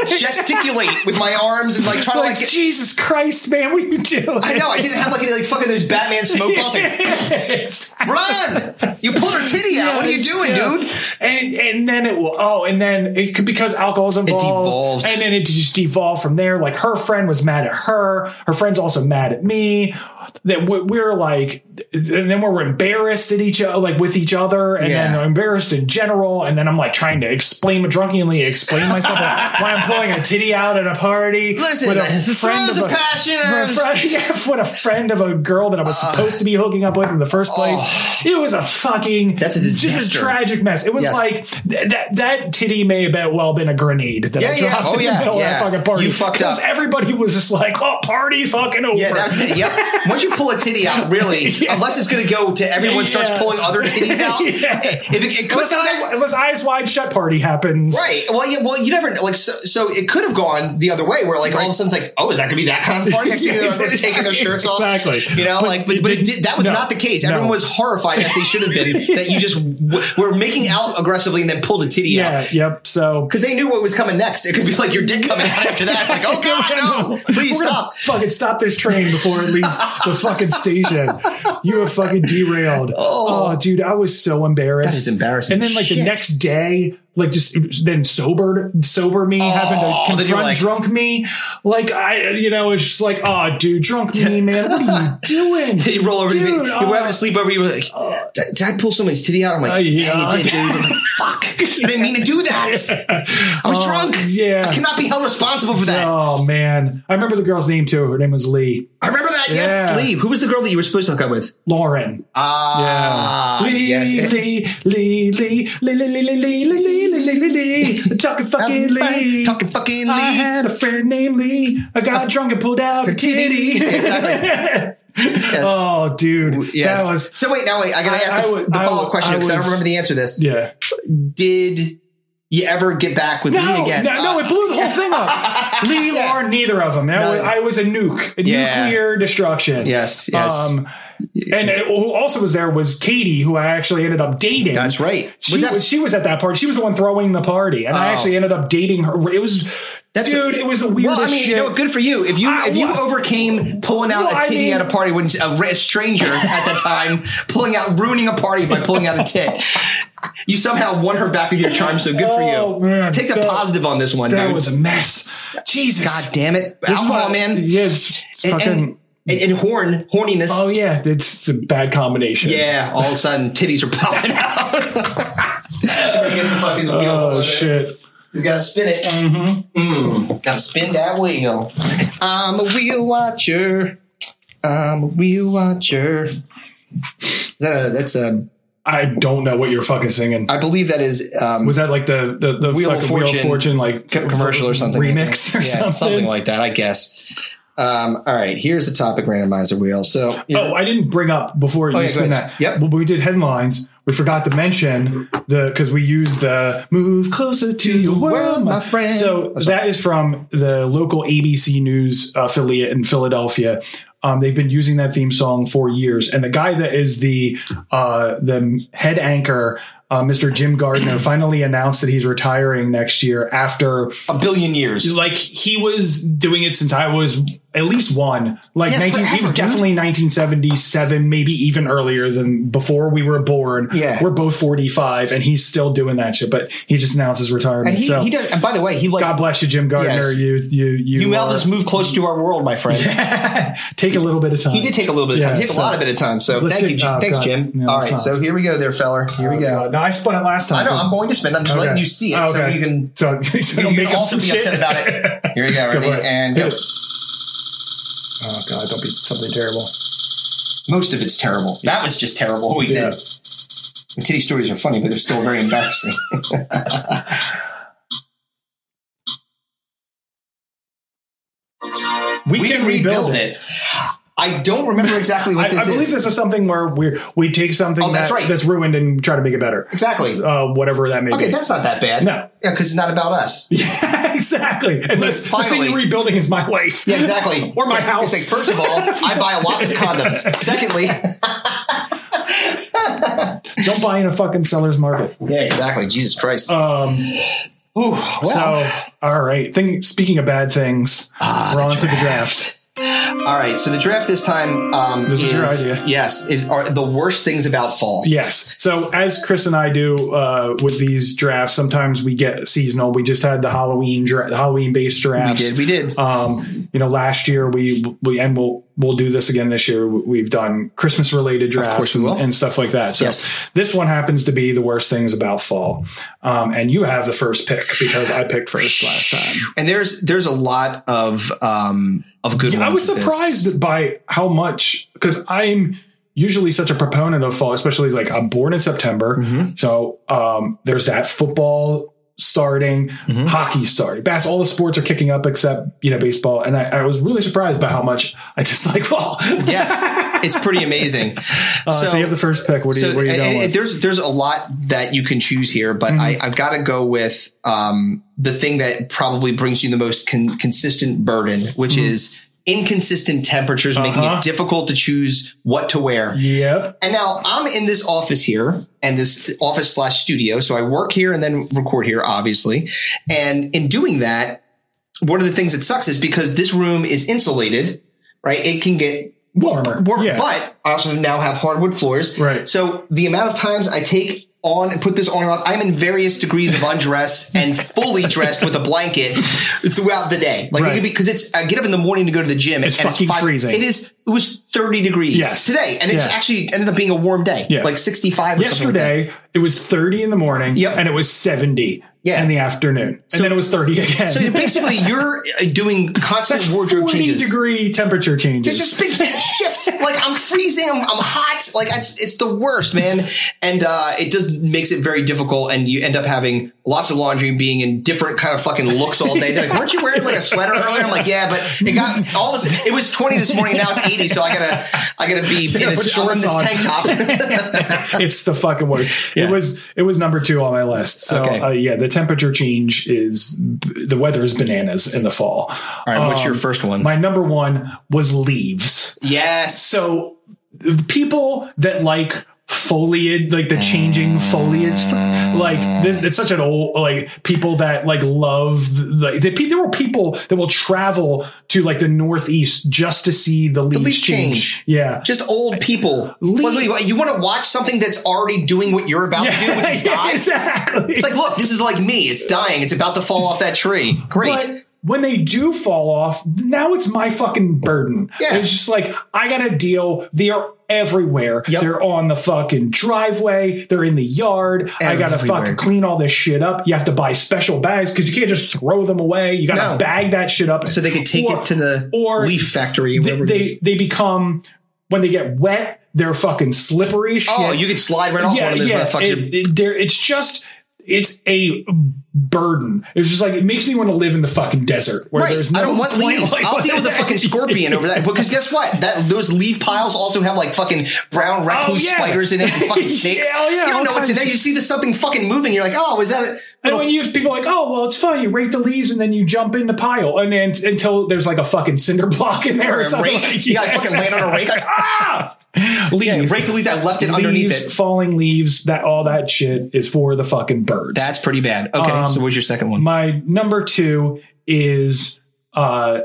S1: gesticulate with my arms and like try to
S2: like,
S1: like.
S2: Jesus Christ, man, what are you doing?
S1: I know I didn't have like any like fucking those Batman smoke balls. Like, run! You pulled her titty out. what are you
S2: it's-
S1: doing,
S2: yeah.
S1: dude?
S2: And and then it will. Oh, and then it could because alcohol's involved.
S1: devolved.
S2: and then it just devolved from there. Like her friend was mad at her. Her friend's also mad at me. That we- we're like, and then we're embarrassed at each other, like with each other, and
S1: Yeah.
S2: then embarrassed in general. And then I'm like trying to explain, drunkenly explain myself like, why I'm pulling a titty out at a party
S1: Listen, this is throes of passion.
S2: for a friend, yeah, with a friend of a girl that I was supposed to be hooking up with in the first place. It was a fucking
S1: Oh. That's a
S2: just
S1: disaster.
S2: a tragic mess. It was
S1: Yes.
S2: like th- that that titty may have been, well been a grenade that I
S1: Yeah, yeah.
S2: dropped
S1: Oh,
S2: in
S1: yeah,
S2: the middle
S1: yeah.
S2: of that fucking party.
S1: You fucked
S2: Because
S1: up.
S2: Everybody was just like, "Oh, party's fucking over."
S1: Yeah, that's it. Yep. Once you pull a titty out, really, unless it's going to go to everyone starts
S2: Yeah.
S1: pulling other titties out.
S2: Yeah.
S1: If it, it could
S2: unless,
S1: do that,
S2: I, unless eyes wide shut party happens.
S1: Right. Well, yeah. Well, you never like. So, so it could have gone the other way, where like all of a sudden it's like, oh, is that going to be that kind of party? Next thing you know, everyone's taking their shirts off.
S2: Exactly.
S1: You know,
S2: But
S1: like, but,
S2: it
S1: but it
S2: didn't-
S1: did, that was
S2: no.
S1: not the case. Everyone
S2: No.
S1: was horrified as they should have been that you just w- were making out aggressively and then pulled a titty
S2: Yeah.
S1: out
S2: Yep. So
S1: because they knew what was coming next. It could be like your dick coming out after that. Like, oh god, no! Please
S2: We're gonna
S1: stop.
S2: Fucking stop this train before it leaves the fucking station. You are fucking derailed. Oh. dude, I was so embarrassed.
S1: That is embarrassing
S2: And then like the
S1: shit.
S2: next day, like just then sobered sober me, having
S1: Oh, then
S2: to
S1: you're
S2: confront
S1: like-
S2: drunk me. Like I you know, it's just like, oh dude, drunk me, man, what are you doing?
S1: You roll over to me.
S2: Dude,
S1: You
S2: oh.
S1: were having to sleep over. You were like, did, did I pull someone's titty out? I'm like,
S2: Oh, yeah.
S1: yeah, you did, dude. I'm like, fuck. I didn't mean to do that. I was drunk.
S2: Oh, yeah.
S1: I cannot be held responsible for that.
S2: Oh man. I remember the girl's name too. Her name was Lee.
S1: I remember that.
S2: Yeah.
S1: Yes, Lee. Who was the girl that you were supposed to hook up with?
S2: Lauren.
S1: Ah,
S2: Lee,
S1: yes.
S2: Lee, Lee, Lee, Lee, Lee, Lee, Lee, Lee, Lee, Lee, Lee, Lee, Lee. Talking fucking Lee.
S1: Talking fucking
S2: I
S1: Lee. Uh,
S2: had a friend named Lee. I got drunk and pulled out a titty.
S1: exactly. Yes.
S2: Oh, dude,
S1: Yes.
S2: that was
S1: so wait, now wait. I gotta
S2: I-
S1: ask
S2: I
S1: the,
S2: was-
S1: the
S2: I
S1: follow
S2: was-
S1: up question
S2: I
S1: because I, don't
S2: was-
S1: remember the answer to this.
S2: yeah.
S1: Did you ever get back with Lee
S2: No,
S1: again?
S2: no, no,
S1: Ah.
S2: it blew the whole thing up. Lee,
S1: Yeah.
S2: Lauren, neither of them. That
S1: No.
S2: was, I was a nuke, a
S1: Yeah.
S2: nuclear destruction. Um,
S1: Yes, yes.
S2: and who also was there was Katie, who I actually ended up dating.
S1: That's right.
S2: She
S1: Was
S2: was,
S1: that-
S2: she was at that party. She was the one throwing the party, and I
S1: Oh.
S2: actually ended up dating her. It was
S1: That's
S2: dude. it was the weirdest
S1: Well, I mean,
S2: shit.
S1: you know, what, good for you. If you
S2: I-
S1: if you
S2: well-
S1: overcame pulling out
S2: Well,
S1: a
S2: I
S1: titty
S2: mean-
S1: at a party when a ra- stranger at that time pulling out ruining a party by pulling out a tit, you somehow won her back with your charm. So good for you.
S2: Oh, man.
S1: Take the
S2: That-
S1: positive on this one,
S2: that
S1: dude.
S2: was a mess. Jesus,
S1: God damn it,
S2: This is
S1: alcohol,
S2: why-
S1: man.
S2: Yeah, it's
S1: and,
S2: fucking.
S1: and, and, and horn horniness.
S2: oh yeah, it's a bad combination.
S1: yeah, all of a sudden titties are popping out. Get the fucking wheel
S2: Oh
S1: over.
S2: shit.
S1: You gotta spin it.
S2: Mm-hmm.
S1: Mm, gotta spin that wheel. I'm a wheel watcher. I'm a wheel watcher. Is that a, that's a.
S2: I don't know what you're fucking singing.
S1: I believe that is. Um,
S2: was that like the the, the
S1: Wheel of
S2: fucking Wheel of
S1: Fortune
S2: Fortune like
S1: co- commercial or something
S2: remix or
S1: yeah,
S2: something?
S1: like that i guess Um, all right, here's the topic randomizer wheel. So, yeah.
S2: Oh, I didn't bring up before you
S1: Oh, yeah,
S2: spin
S1: go ahead.
S2: that.
S1: Yep.
S2: Well, we did headlines. We forgot to mention the because we used the "Move Closer to Your World, My Friend." So
S1: That's
S2: that is from the local ABC News affiliate in Philadelphia. Um, they've been using that theme song for years, and the guy that is the uh, the head anchor, uh, Mr. Jim Gardner, finally announced that he's retiring next year after
S1: a billion years.
S2: Oh. like he was doing it since I was at least one. Like
S1: Yeah,
S2: 19, he
S1: forever,
S2: was
S1: dude.
S2: definitely 1977, maybe even earlier than before we were born.
S1: Yeah.
S2: we're both 45, and he's still doing that shit. But he just announced his retirement.
S1: And he,
S2: so
S1: he does. And by the way, he like
S2: God bless you, Jim Gardner.
S1: Yes.
S2: You you you,
S1: you
S2: are-
S1: helped us move close to our world, my friend.
S2: take a little bit of time.
S1: He did take a little bit of time.
S2: Yeah,
S1: he took
S2: so-
S1: a lot of bit of time. So
S2: Let's
S1: thank
S2: see-
S1: you, Jim.
S2: oh,
S1: thanks,
S2: God.
S1: Jim.
S2: No,
S1: All
S2: it's
S1: right,
S2: not. Oh,
S1: so here we go, there, feller. Here we go.
S2: Uh, No, I spun it last
S1: I
S2: time.
S1: know. I'm going to spin. I'm just letting you see it, so you can
S2: so, so
S1: you
S2: don't
S1: can
S2: make up
S1: also
S2: some
S1: be
S2: shit.
S1: upset about it. Here we go,
S2: Go
S1: ready
S2: for it.
S1: and go.
S2: Hit it. Oh god, don't be something terrible.
S1: Most of it's terrible. That was just terrible. What we
S2: Yeah.
S1: did. The titty stories are funny, but they're still very embarrassing.
S2: We,
S1: we can rebuild it. I don't remember exactly
S2: I,
S1: what this
S2: I believe
S1: is.
S2: this is something where we we take something
S1: Oh, that's
S2: that-
S1: right.
S2: that's ruined and try to make it better,
S1: exactly.
S2: uh, whatever that may
S1: Okay,
S2: be.
S1: that's not that bad.
S2: No.
S1: Yeah, because it's not about us.
S2: yeah, exactly. And this, the thing
S1: finally-
S2: you're rebuilding is my life.
S1: Yeah, exactly.
S2: Or
S1: It's
S2: my
S1: like-
S2: house.
S1: It's like, first of all, I buy lots of condoms. Secondly,
S2: Don't buy in a fucking seller's market.
S1: yeah, exactly. Jesus Christ.
S2: Um,
S1: Ooh, wow.
S2: So, all right. Thing, speaking of bad things,
S1: Ah,
S2: we're on to the draft.
S1: All right, so the draft this time. Um,
S2: This is your idea.
S1: Yes, is are the worst things about fall.
S2: Yes. So, as Chris and I do uh, with these drafts, sometimes we get seasonal. We just had the Halloween dra- Halloween based
S1: we
S2: drafts.
S1: did. We did.
S2: um, you know, last year we we and we'll we'll do this again this year. We've done Christmas related drafts
S1: course we
S2: and-
S1: will.
S2: and stuff like that. So
S1: Yes.
S2: this one happens to be the worst things about fall. Um, and you have the first pick because I picked first last time.
S1: and there's there's a lot of um of good.
S2: I
S1: ones
S2: was
S1: with this.
S2: surprised by how much because I'm usually such a proponent of fall, especially like I'm born in September.
S1: Mm-hmm.
S2: So um, there's that football starting,
S1: Mm-hmm.
S2: hockey starting, bass. All the sports are kicking up except you know baseball, and I, I was really surprised by how much I dislike fall.
S1: Yes, it's pretty amazing.
S2: Uh, so, you have the first pick. What do you,
S1: so uh,
S2: where are you
S1: and-
S2: going?
S1: and
S2: with? Mm-hmm.
S1: there's there's a lot that you can choose here, but I, I've got to go with um, the thing that probably brings you the most con- consistent burden, which is inconsistent temperatures, making
S2: Mm-hmm. Uh-huh.
S1: it difficult to choose what to wear.
S2: Yep.
S1: And now I'm in this office here and this office slash studio. So I work here and then record here, obviously. And in doing that, one of the things that sucks is because this room is insulated, right? It can get
S2: Warmer.
S1: warm,
S2: Yeah.
S1: but I also now have hardwood floors.
S2: Right.
S1: So the amount of times I take on and put this on and off, I'm in various degrees of undress and fully dressed with a blanket throughout the day. Like it
S2: Right.
S1: could be because it's I get up in the morning to go to the gym.
S2: It's fucking freezing.
S1: It is. It was 30 degrees
S2: Yes.
S1: today, and it's
S2: Yeah.
S1: actually ended up being a warm day,
S2: Yeah.
S1: like 65 or something like that.
S2: Yesterday it was 30 in the morning
S1: Yep.
S2: and it was 70
S1: Yeah.
S2: in the afternoon. and then it was 30 again.
S1: So basically, you're uh, doing constant
S2: That's
S1: wardrobe
S2: 40
S1: changes.
S2: degree temperature
S1: There's
S2: changes.
S1: just big shift. Like I'm freezing. I'm, I'm hot. Like it's it's the worst, man. And uh, it just makes it very difficult, and you end up having lots of laundry, and being in different kind of fucking looks all day. They're like, weren't you wearing like a sweater earlier? I'm like, yeah, but it got all this. It was 20 this morning. Now it's 80. So I gotta I gotta be in
S2: put
S1: this, I'm in
S2: shorts
S1: this
S2: on.
S1: tank top.
S2: it's the fucking worst.
S1: Yeah.
S2: It was it was number two on my list. So
S1: Okay.
S2: uh, yeah, the temperature change is the weather is bananas in the fall. All
S1: right, what's your first one?
S2: Um, My number one was leaves.
S1: yes.
S2: So the people that like foliage, like the changing foliage, like th- it's such an old like people that like love like the, pe- there were people that will travel to like the northeast just to see the leaves,
S1: leaves
S2: change.
S1: change.
S2: Yeah.
S1: just old people.
S2: Leave-
S1: Well, you- you want to watch something that's already doing what you're about to do, which is
S2: Yeah,
S1: die.
S2: exactly.
S1: It's like, look, this is like me. It's dying. It's about to fall off that tree. Great.
S2: But when they do fall off, now it's my fucking burden.
S1: Yeah.
S2: It's just like I gotta deal. They are everywhere.
S1: Yep.
S2: They're on the fucking driveway. They're in the yard. I gotta
S1: Everywhere.
S2: fucking clean all this shit up. You have to buy special bags because you can't just throw them away. You gotta
S1: No.
S2: bag that shit up
S1: so they could take
S2: Or-
S1: it to the
S2: or
S1: leaf factory.
S2: They
S1: Wherever it is.
S2: they, they become when they get wet. They're fucking slippery. as Shit
S1: oh, you could slide right off one of those motherfuckers.
S2: it- it- there- it's just it's a burden. It's just like it makes me want to live in the fucking desert where
S1: Right.
S2: there's no
S1: I don't want
S2: plant
S1: leaves.
S2: life
S1: I'll deal with a fucking scorpion over that. Because guess what? That those leaf piles also have like fucking brown recluse
S2: Oh, yeah.
S1: spiders in it and fucking snakes.
S2: Yeah, oh, yeah,
S1: you
S2: all
S1: don't know what's in
S2: kinds.
S1: there. You see the something fucking moving, you're like, oh, is that a
S2: And when you people are like, oh well, it's fun. You rake the leaves and then you jump in the pile, and then until there's like a fucking cinder block in there or,
S1: Or a
S2: something.
S1: rake.
S2: Like,
S1: Yeah, I fucking land on a rake. Like,
S2: ah, leaves,
S1: rake the leaves? I left it underneath
S2: Leaves,
S1: it.
S2: falling leaves. That all that shit is for the fucking birds.
S1: That's pretty bad. Okay,
S2: Um,
S1: so what's your second one?
S2: my number two is uh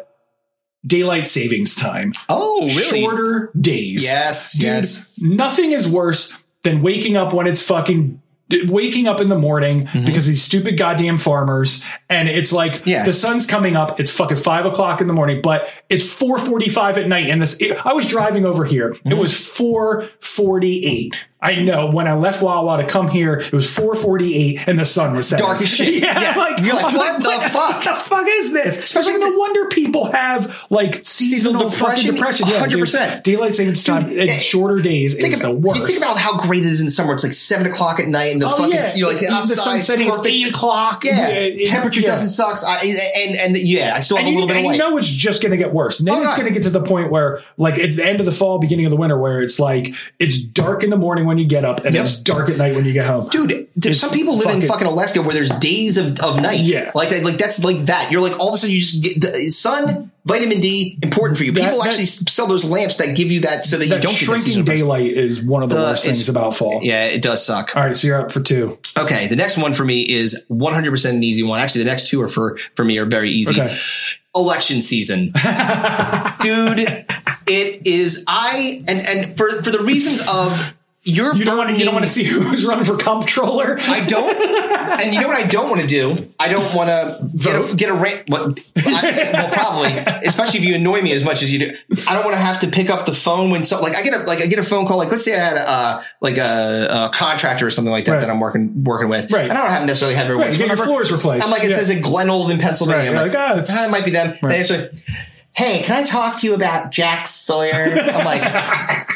S2: daylight savings time.
S1: oh, really?
S2: Shorter days.
S1: yes,
S2: Dude,
S1: yes.
S2: Nothing is worse than waking up when it's fucking waking up in the morning because these stupid goddamn farmers and it's like
S1: Mm-hmm. Yeah.
S2: the sun's coming up it's fucking five o'clock in the morning but it's 4.45 at night and this it, i was driving over here
S1: Mm-hmm.
S2: it was 4.48 i know when i left wawa to come here it was 4.48 and the sun was setting
S1: Dark as shit.
S2: yeah,
S1: Yeah.
S2: Like,
S1: You're like,
S2: I'm
S1: what the fuck?
S2: what the fuck is this especially
S1: Especially
S2: no
S1: with the-
S2: wonder people have like seasonal,
S1: depression?
S2: fucking depression Yeah, dude.
S1: 100%.
S2: daylight savings time and
S1: eh,
S2: shorter days
S1: Think
S2: is
S1: about,
S2: the worst
S1: You think about how great it is in summer. It's like seven o'clock at night, and the
S2: Oh,
S1: fucking
S2: yeah.
S1: you're like the
S2: The sun's
S1: outside's
S2: setting, it's
S1: perfect.
S2: eight o'clock.
S1: Yeah,
S2: Yeah, it-
S1: temperature
S2: yeah.
S1: doesn't suck. I, and and yeah, I still have
S2: and
S1: a
S2: you,
S1: little bit of
S2: and
S1: light.
S2: you know it's just going to get worse. And then
S1: Oh,
S2: it's
S1: God.
S2: going to get to the point where, like, at the end of the fall, beginning of the winter, where it's like it's dark in the morning when you get up, and
S1: Yep.
S2: it's dark at night when you get home.
S1: Dude, there's
S2: It's
S1: some people live in
S2: fucking-
S1: fucking Alaska where there's days of, of night.
S2: Yeah.
S1: Like that, like that's like that. You're like all of a sudden you just get the sun, vitamin D, important for you.
S2: That-
S1: People
S2: that-
S1: actually s- sell those lamps that give you that so that, you
S2: that
S1: don't get
S2: shrinking
S1: that seasonal depression.
S2: daylight is one of the
S1: Uh,
S2: worst
S1: it's-
S2: things about fall.
S1: Yeah, it does suck.
S2: All right, so you're up for two.
S1: Okay, the next one for me is 100% an easy one. Actually, the next two are for for me are very easy.
S2: Okay.
S1: election season. Dude, it is I and and for for the reasons of you're
S2: You don't want to. You don't want to see who's running for comptroller.
S1: I don't. And you know what I don't want to do? I don't want to get a, get a rant. What, I, well, probably, especially if you annoy me as much as you do. I don't want to have to pick up the phone when so like I get a like I get a phone call. Like let's say I had a uh, like a, a contractor or something like that
S2: Right.
S1: that I'm working working with.
S2: Right.
S1: And I don't have necessarily have everyone.
S2: Right, you get your floors replaced.
S1: I'm like it
S2: Yeah.
S1: says in Glen Old in Pennsylvania.
S2: Right,
S1: I'm
S2: you're
S1: like,
S2: like, "Ah, it's-
S1: "Ah, it might be them. They answer, hey, can I talk to you about Jack Sawyer? I'm like.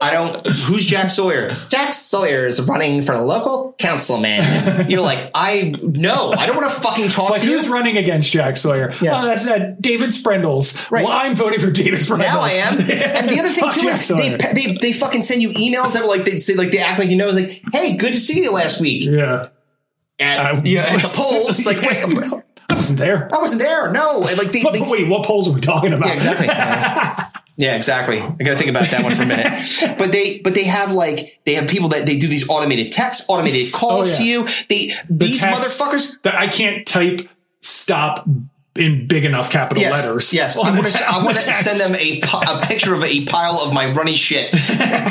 S1: I don't. Who's Jack Sawyer? Jack Sawyer is running for local councilman. You're like, I no, I don't want to fucking talk
S2: Like
S1: to you.
S2: who's running against Jack Sawyer?
S1: Yes.
S2: Oh, that's uh, David Sprendels.
S1: Right.
S2: Well, I'm voting for David Sprendels.
S1: now I am. And the other thing
S2: Fuck
S1: too
S2: Jack
S1: is they,
S2: Sawyer.
S1: they they fucking send you emails that were like they say like they act like you know it's like, hey, good to see you last week
S2: yeah,
S1: at
S2: I-
S1: you know, at the polls. It's Like, wait,
S2: I wasn't there.
S1: I wasn't there. No, and like they,
S2: But,
S1: Oh, they
S2: but wait, what polls are we talking about?
S1: Yeah, exactly. Yeah. Yeah, exactly. I got to think about that one for a minute. But they, but they have like they have people that they do these automated texts, automated calls
S2: Oh, yeah.
S1: to you. They
S2: The
S1: these
S2: text
S1: motherfuckers.
S2: that I can't type stop in big enough capital
S1: Yes,
S2: letters.
S1: yes.
S2: on
S1: I
S2: the
S1: want
S2: te-
S1: to. I
S2: on
S1: want
S2: the
S1: to
S2: text.
S1: send them a, pi- a picture of a pile of my runny shit to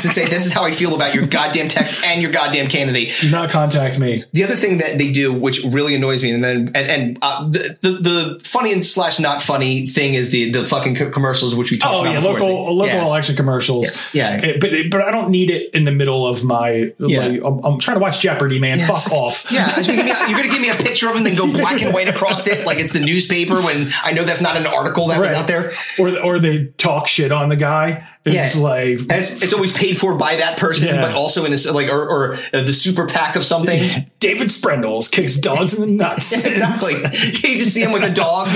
S1: say this is how I feel about your goddamn text and your goddamn candidate.
S2: Do not contact me.
S1: The other thing that they do, which really annoys me, and then and, and uh, the, the the funny and slash not funny thing is the the fucking co- commercials which we talked
S2: Oh
S1: about
S2: yeah,
S1: before. It's
S2: local
S1: like,
S2: local
S1: yes.
S2: election commercials.
S1: Yeah.
S2: Eh, but but I don't need it in the middle of my.
S1: Yeah.
S2: like, I'm, I'm trying to watch Jeopardy, man.
S1: Yes.
S2: Fuck off.
S1: Yeah, you're gonna, give me a, you're gonna give me a picture of it and then go black and white across it like it's the newspaper when I know that's not an article that was
S2: Right.
S1: out there.
S2: Or or they talk shit on the guy. It's
S1: Yeah.
S2: like
S1: And it's, it's always paid for by that person,
S2: Yeah.
S1: but also in a, s- like or, or uh, the super pack of something.
S2: David Sprendels kicks dogs in the nuts.
S1: exactly. you just see him with a dog.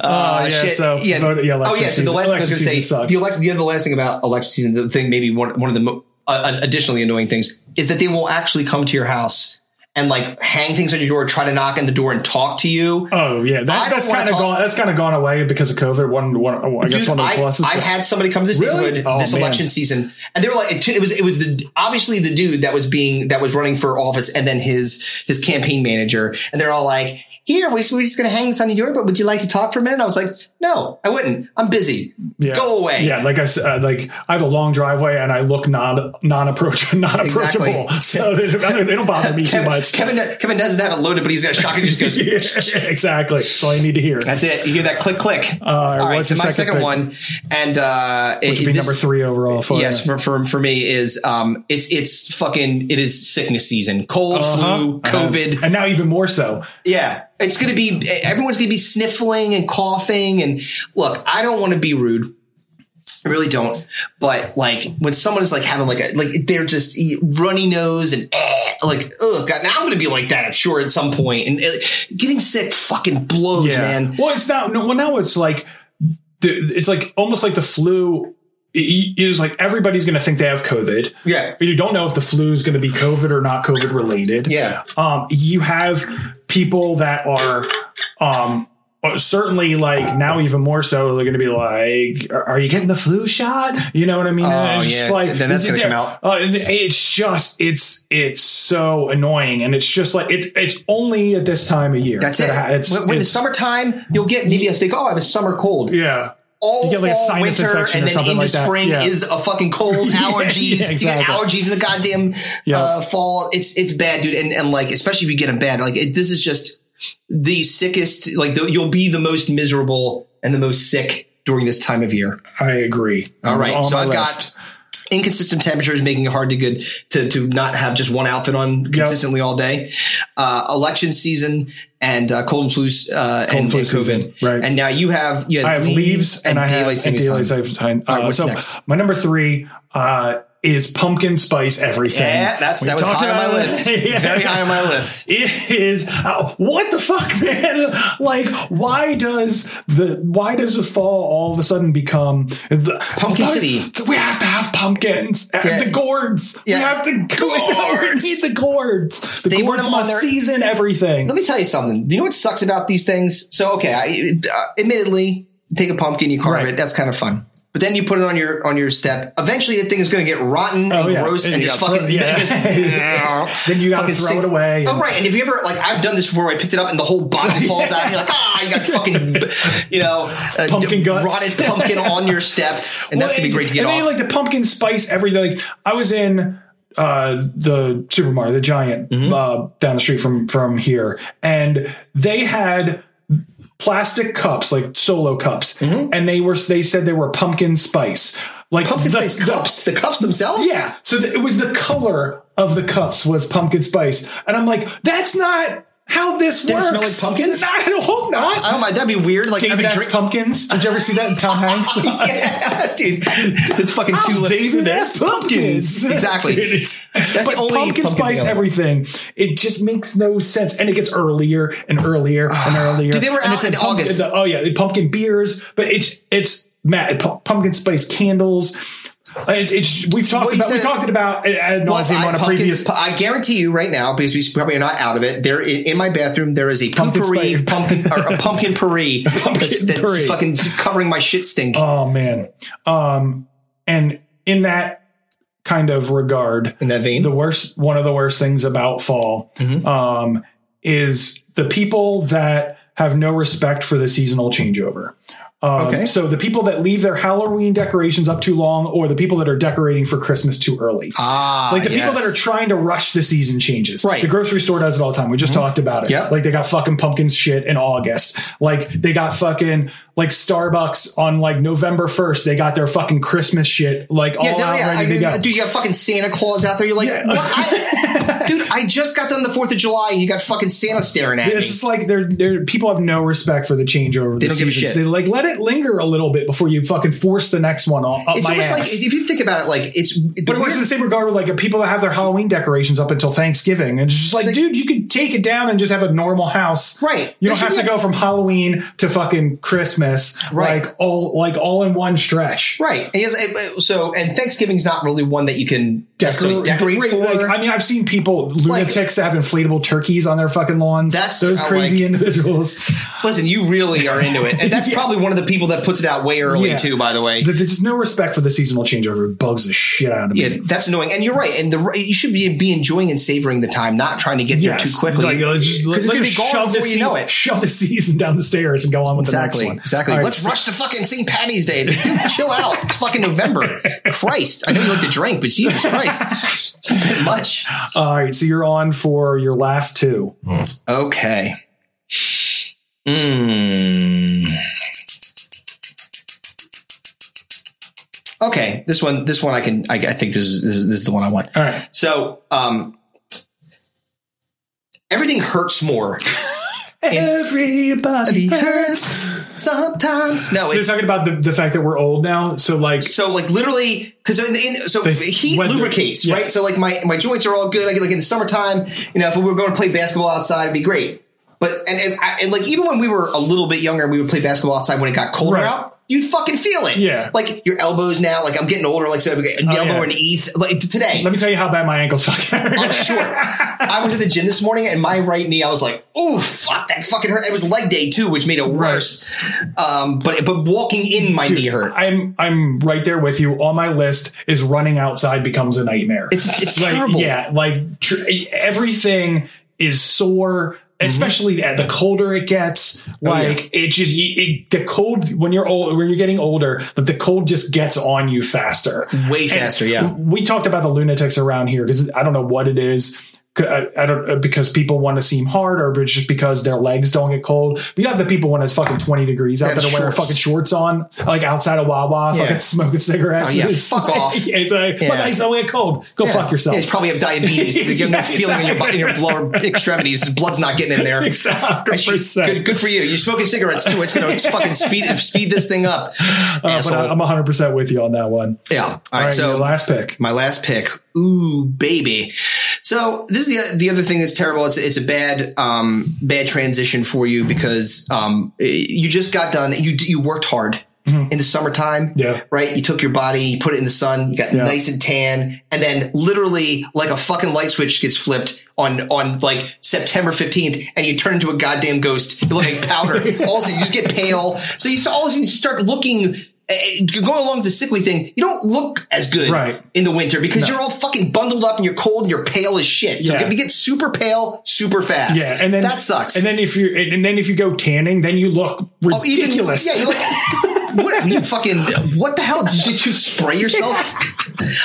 S2: Uh, yeah,
S1: Shit.
S2: So
S1: yeah.
S2: vote- yeah,
S1: oh
S2: election
S1: yeah. So the
S2: season-
S1: last thing I was
S2: election
S1: going to say,
S2: season sucks.
S1: the election, the other last thing about election season, the thing maybe one one of the mo- uh, additionally annoying things is that they will actually come to your house and like hang things on your door, try to knock on the door and talk to you.
S2: Oh yeah,
S1: I
S2: that,
S1: don't
S2: that's
S1: wanna
S2: kind of
S1: talk-
S2: gone. That's kind of gone away because of COVID. One, one oh, I guess
S1: Dude,
S2: one of the
S1: I,
S2: pluses.
S1: I
S2: but-
S1: had somebody come to this
S2: Really?
S1: neighborhood
S2: Oh,
S1: this
S2: man.
S1: election season, and they were like, it, took- it was it was the obviously the dude that was being that was running for office, and then his his campaign manager, and they're all like, "Here, we, we're just going to hang this on your door, but would you like to talk for a minute?" And I was like, "No, I wouldn't. I'm busy.
S2: yeah.
S1: Go away."
S2: Yeah, like I s- uh, like I have a long driveway and I look non non approach non approachable,
S1: Exactly.
S2: so they, don't- they don't bother me too
S1: Kevin,
S2: much.
S1: Kevin, do- Kevin doesn't have it loaded, but he's got a shock and just goes.
S2: Yeah, exactly. That's all you need to hear.
S1: That's it. You hear that click, click. All right,
S2: Uh, what's
S1: so
S2: your
S1: my
S2: second
S1: second
S2: pick?
S1: one, and uh,
S2: Which would be number three overall for
S1: yes,
S2: you.
S1: for, for for me is um, it's it's fucking it is sickness season, cold, flu,
S2: Uh-huh.
S1: COVID.
S2: and now even more so.
S1: Yeah, it's going to be everyone's going to be sniffling and coughing. And look, I don't want to be rude, I really don't. But like when someone is like having like a like they're just e- runny nose and eh, like oh god now I'm gonna be like that I'm sure at some point and eh, getting sick fucking blows man
S2: Well, it's now. No, well, now it's like the- it's like almost like the flu. It it is like everybody's going to think they have COVID.
S1: yeah
S2: You don't know if the flu is going to be COVID or not COVID related.
S1: yeah
S2: Um, you have people that are um, uh, certainly like now even more so they're going to be like, "Are are you getting the flu shot?" You know what I mean?
S1: Oh,
S2: And it's just
S1: yeah. Then that's gonna come out.
S2: uh, and it's just it's it's so annoying, and it's just like it, it's only at this time of year.
S1: that's it
S2: that ha- It's,
S1: when, when
S2: it's-
S1: the summertime you'll get maybe I think oh I have a summer cold
S2: yeah.
S1: all
S2: You get, like, a
S1: fall,
S2: sinus
S1: winter,
S2: infection
S1: and
S2: or
S1: then
S2: something
S1: into
S2: like that.
S1: spring
S2: Yeah.
S1: is a fucking cold, allergies,
S2: yeah,
S1: You get
S2: exactly.
S1: allergies in the goddamn
S2: Yeah.
S1: uh, fall. It's it's bad, dude, and and like especially if you get them bad, like it, this is just the sickest. Like the, you'll be the most miserable and the most sick during this time of year.
S2: I agree.
S1: All right,
S2: It was on
S1: so
S2: my
S1: I've
S2: list.
S1: got inconsistent temperatures making it hard to good to to not have just one outfit on consistently all day. Uh, election season and uh, cold and flu uh, and,
S2: and flu
S1: and COVID.
S2: season, right.
S1: And now you have you have,
S2: I have leaves and, I have and
S1: time.
S2: daylight savings time.
S1: All right,
S2: Uh,
S1: what's
S2: so
S1: next?
S2: my number three uh, is pumpkin spice everything.
S1: Yeah, that's
S2: We
S1: that was
S2: talked
S1: high on
S2: about
S1: my
S2: it.
S1: list.
S2: Yeah.
S1: Very high on my list.
S2: It is uh, what the fuck, man? Like, why does the why does the fall all of a sudden become the,
S1: Pumpkin
S2: why-
S1: City.
S2: We have to have pumpkins and
S1: Yeah.
S2: the gourds.
S1: Yeah.
S2: We have to
S1: Gourds.
S2: We need the gourds. The
S1: They put
S2: gourds
S1: them on
S2: must
S1: their-
S2: season everything.
S1: Let me tell you something. You know what sucks about these things? So okay, I uh, admittedly take a pumpkin, you carve
S2: Right.
S1: it. That's kind of fun. But then you put it on your on your step. Eventually, the thing is going to get rotten and
S2: Oh, yeah.
S1: gross and,
S2: And you
S1: just
S2: gotta
S1: fucking.
S2: throw- yeah.
S1: just-
S2: Then you gotta
S1: fucking
S2: throw
S1: sink-
S2: it away.
S1: Oh
S2: and-
S1: right, and if you ever like, I've done this before. Where I picked it up and the whole bottom falls out. And you're like, ah, you got fucking, you know, uh,
S2: Pumpkin guts.
S1: rotted pumpkin on your step, and that's gonna
S2: Well,
S1: be
S2: and-
S1: great to get
S2: and
S1: off.
S2: then, like the pumpkin spice everything. Like I was in uh the supermarket, the giant
S1: Mm-hmm.
S2: uh, down the street from from here, and they had plastic cups, like solo cups, and they were they said they were pumpkin spice, like
S1: Mm-hmm. pumpkin
S2: the-
S1: spice
S2: the-
S1: cups, the cups themselves.
S2: yeah, so th- it was the color of the cups was pumpkin spice, and I'm like, that's not how this
S1: it
S2: works.
S1: smell like pumpkins?
S2: I hope not.
S1: I don't mind. That'd be weird. Like
S2: David
S1: I've been
S2: S.
S1: drink-
S2: pumpkins. Did you ever see that in Tom Hanks?
S1: yeah, dude. It's fucking
S2: I'm
S1: too late.
S2: David S. Pumpkins.
S1: Exactly.
S2: Dude, it's-
S1: That's
S2: but
S1: the only
S2: pumpkin,
S1: pumpkin
S2: spice
S1: thing I like.
S2: everything. It just makes no sense, and it gets earlier and earlier and earlier.
S1: Dude, they were
S2: and
S1: out
S2: it's like
S1: in
S2: pumpkin-
S1: August.
S2: the- oh yeah, the pumpkin beers, but it's it's Matt pu- pumpkin spice candles. Uh, It's, it's we've talked
S1: Well, you
S2: about we
S1: said-
S2: talked about it ad
S1: Well,
S2: nauseum
S1: I,
S2: on a
S1: pumpkin-
S2: previous.
S1: pu- I guarantee you right now, because we probably are not out of it. There, in, in my bathroom, there is a pumpkin
S2: spice.
S1: pumpkin or a pumpkin puree that's, that's
S2: puree.
S1: fucking covering my shit stink.
S2: oh man, um, and in that kind of regard,
S1: in that vein,
S2: the worst one of the worst things about fall
S1: Mm-hmm.
S2: um, is the people that have no respect for the seasonal changeover. Um,
S1: Okay.
S2: So the people that leave their Halloween decorations up too long, or the people that are decorating for Christmas too early,
S1: ah,
S2: like the people
S1: yes.
S2: that are trying to rush the season changes.
S1: Right. Mm-hmm.
S2: The grocery store does it all the time. We just talked about it.
S1: Yep.
S2: Like they got fucking pumpkin shit in August. Like they got fucking like Starbucks on like November first. They got their fucking Christmas shit like
S1: Yeah,
S2: all
S1: no,
S2: out
S1: yeah,
S2: ready to
S1: I- uh,
S2: go.
S1: dude, you have fucking Santa Claus out there. You're like,
S2: Yeah.
S1: what? I, dude, I just got done the Fourth of July, and you got fucking Santa staring at
S2: It's
S1: me.
S2: just like they're, they're people have no respect for the changeover. They
S1: don't give a shit.
S2: They like let it linger a little bit before you fucking force the next one on up
S1: It's
S2: my
S1: almost
S2: ass.
S1: like if you think about it, like it's
S2: but it works in the same regard with like people that have their Halloween decorations up until Thanksgiving, and it's just like,
S1: like-
S2: dude, you could take it down and just have a normal house,
S1: Right. There
S2: You don't
S1: should
S2: have
S1: be
S2: to
S1: a-
S2: go from Halloween to fucking Christmas,
S1: Right.
S2: Like all like all in one stretch,
S1: Right. And yes, it- it- so, and Thanksgiving's not really one that you can necessarily decorate,
S2: decorate-
S1: for.
S2: like, I mean, I've seen people lunatics that have inflatable turkeys on their fucking lawns.
S1: That's-
S2: those
S1: I
S2: crazy
S1: like-
S2: individuals.
S1: Listen, you really are into it. And that's probably one of the people that puts it out way early,
S2: Yeah.
S1: too, by the way.
S2: Th- There's just no respect for the seasonal changeover. It bugs the shit out of me.
S1: yeah, that's annoying. And you're right. And the you should be, be enjoying and savoring the time, not trying to get
S2: Yes.
S1: there too quickly.
S2: Like, uh, just, let,
S1: it's
S2: let
S1: gonna
S2: just
S1: be gone
S2: shove the
S1: before you know
S2: sea-
S1: it.
S2: Shove the season down the stairs and go on with the next
S1: Exactly.
S2: one.
S1: Exactly.
S2: All right,
S1: Let's
S2: so-
S1: rush to fucking St. Patty's Day. It's like, dude, chill out. It's fucking November. Christ. I know you like to drink, but Jesus Christ. It's a bit much.
S2: All right, so you're on for your last two.
S1: Okay. Mm. Okay, this one, this one, I can, I, I think this is, this is this is the one I want.
S2: All right,
S1: So, um, everything hurts more.
S2: everybody.
S1: hurts Sometimes no,
S2: They're
S1: it's
S2: talking about the, the fact that we're old now. So like,
S1: so like literally because in, in, so
S2: They-
S1: heat
S2: weather-
S1: lubricates
S2: yeah.
S1: right so like my my joints are all good I get like in the summertime you know if we were going to play basketball outside it'd be great but and and, I, and like even when we were a little bit younger and we would play basketball outside when it got colder
S2: Right.
S1: out you'd fucking feel it
S2: Yeah.
S1: like your elbows now like I'm getting older like so I get an
S2: Oh,
S1: elbow
S2: yeah.
S1: and ETH like t- today
S2: let me tell you how bad my ankles fucking hurt.
S1: I'm sure. I was at the gym this morning and my right knee, I was like, "Ooh, fuck, that fucking hurt." It was leg day too, which made it worse. Um, but but walking in my knee hurt.
S2: I'm I'm right there with you. On my list is running outside becomes a nightmare.
S1: It's it's
S2: like
S1: terrible.
S2: yeah, like tr- everything is sore.
S1: Mm-hmm.
S2: Especially at the colder it gets,
S1: Oh,
S2: like it just it, the cold when you're old when you're getting older, but the cold just gets on you faster.
S1: way faster. Yeah,
S2: we talked about the lunatics around here because I don't know what it is. C- I, I don't uh, because people want to seem hard, or it's just because their legs don't get cold. But you have the people when it's fucking twenty degrees out
S1: They have
S2: that are wearing
S1: shorts.
S2: fucking shorts on, like outside of Wawa,
S1: Yeah.
S2: fucking smoking cigarettes.
S1: Oh, yeah,
S2: It's
S1: fuck
S2: like-
S1: off.
S2: It's like
S1: Yeah.
S2: my legs don't get cold. Go fuck yourself.
S1: Yeah, you probably have diabetes. You have no
S2: Yeah,
S1: feeling in your bu- in your lower extremities. Blood's not getting in there.
S2: Exactly.
S1: I should- good, good for you. You're smoking cigarettes too. It's gonna fucking speed speed this thing up.
S2: Uh, but
S1: asshole.
S2: I, I'm 100 percent with you on that one.
S1: yeah. All
S2: All
S1: right.
S2: right,
S1: so
S2: your last pick.
S1: my last pick. Ooh, baby. So this is the the other thing that's terrible. It's it's a bad um bad transition for you because um eh, you just got done. You you worked hard in the summertime.
S2: Mm-hmm. Yeah.
S1: Right. You took your body, you put it in the sun, you got
S2: Yeah.
S1: nice and tan, and then literally like a fucking light switch gets flipped on on like September fifteenth, and you turn into a goddamn ghost. You look like powder. all of a sudden, you just get pale. So you all of a sudden you start looking. eh, eh, Going along with the sickly thing, you don't look as good
S2: Right.
S1: in the winter because you're all fucking bundled up and you're cold and you're pale as shit. So
S2: Yeah.
S1: you get super pale super fast.
S2: Yeah, and then
S1: that sucks.
S2: And then if you and then if you go tanning, then you look
S1: Oh, even-
S2: ridiculous.
S1: yeah, you're like, what, you fucking, what the hell? Did you spray yourself?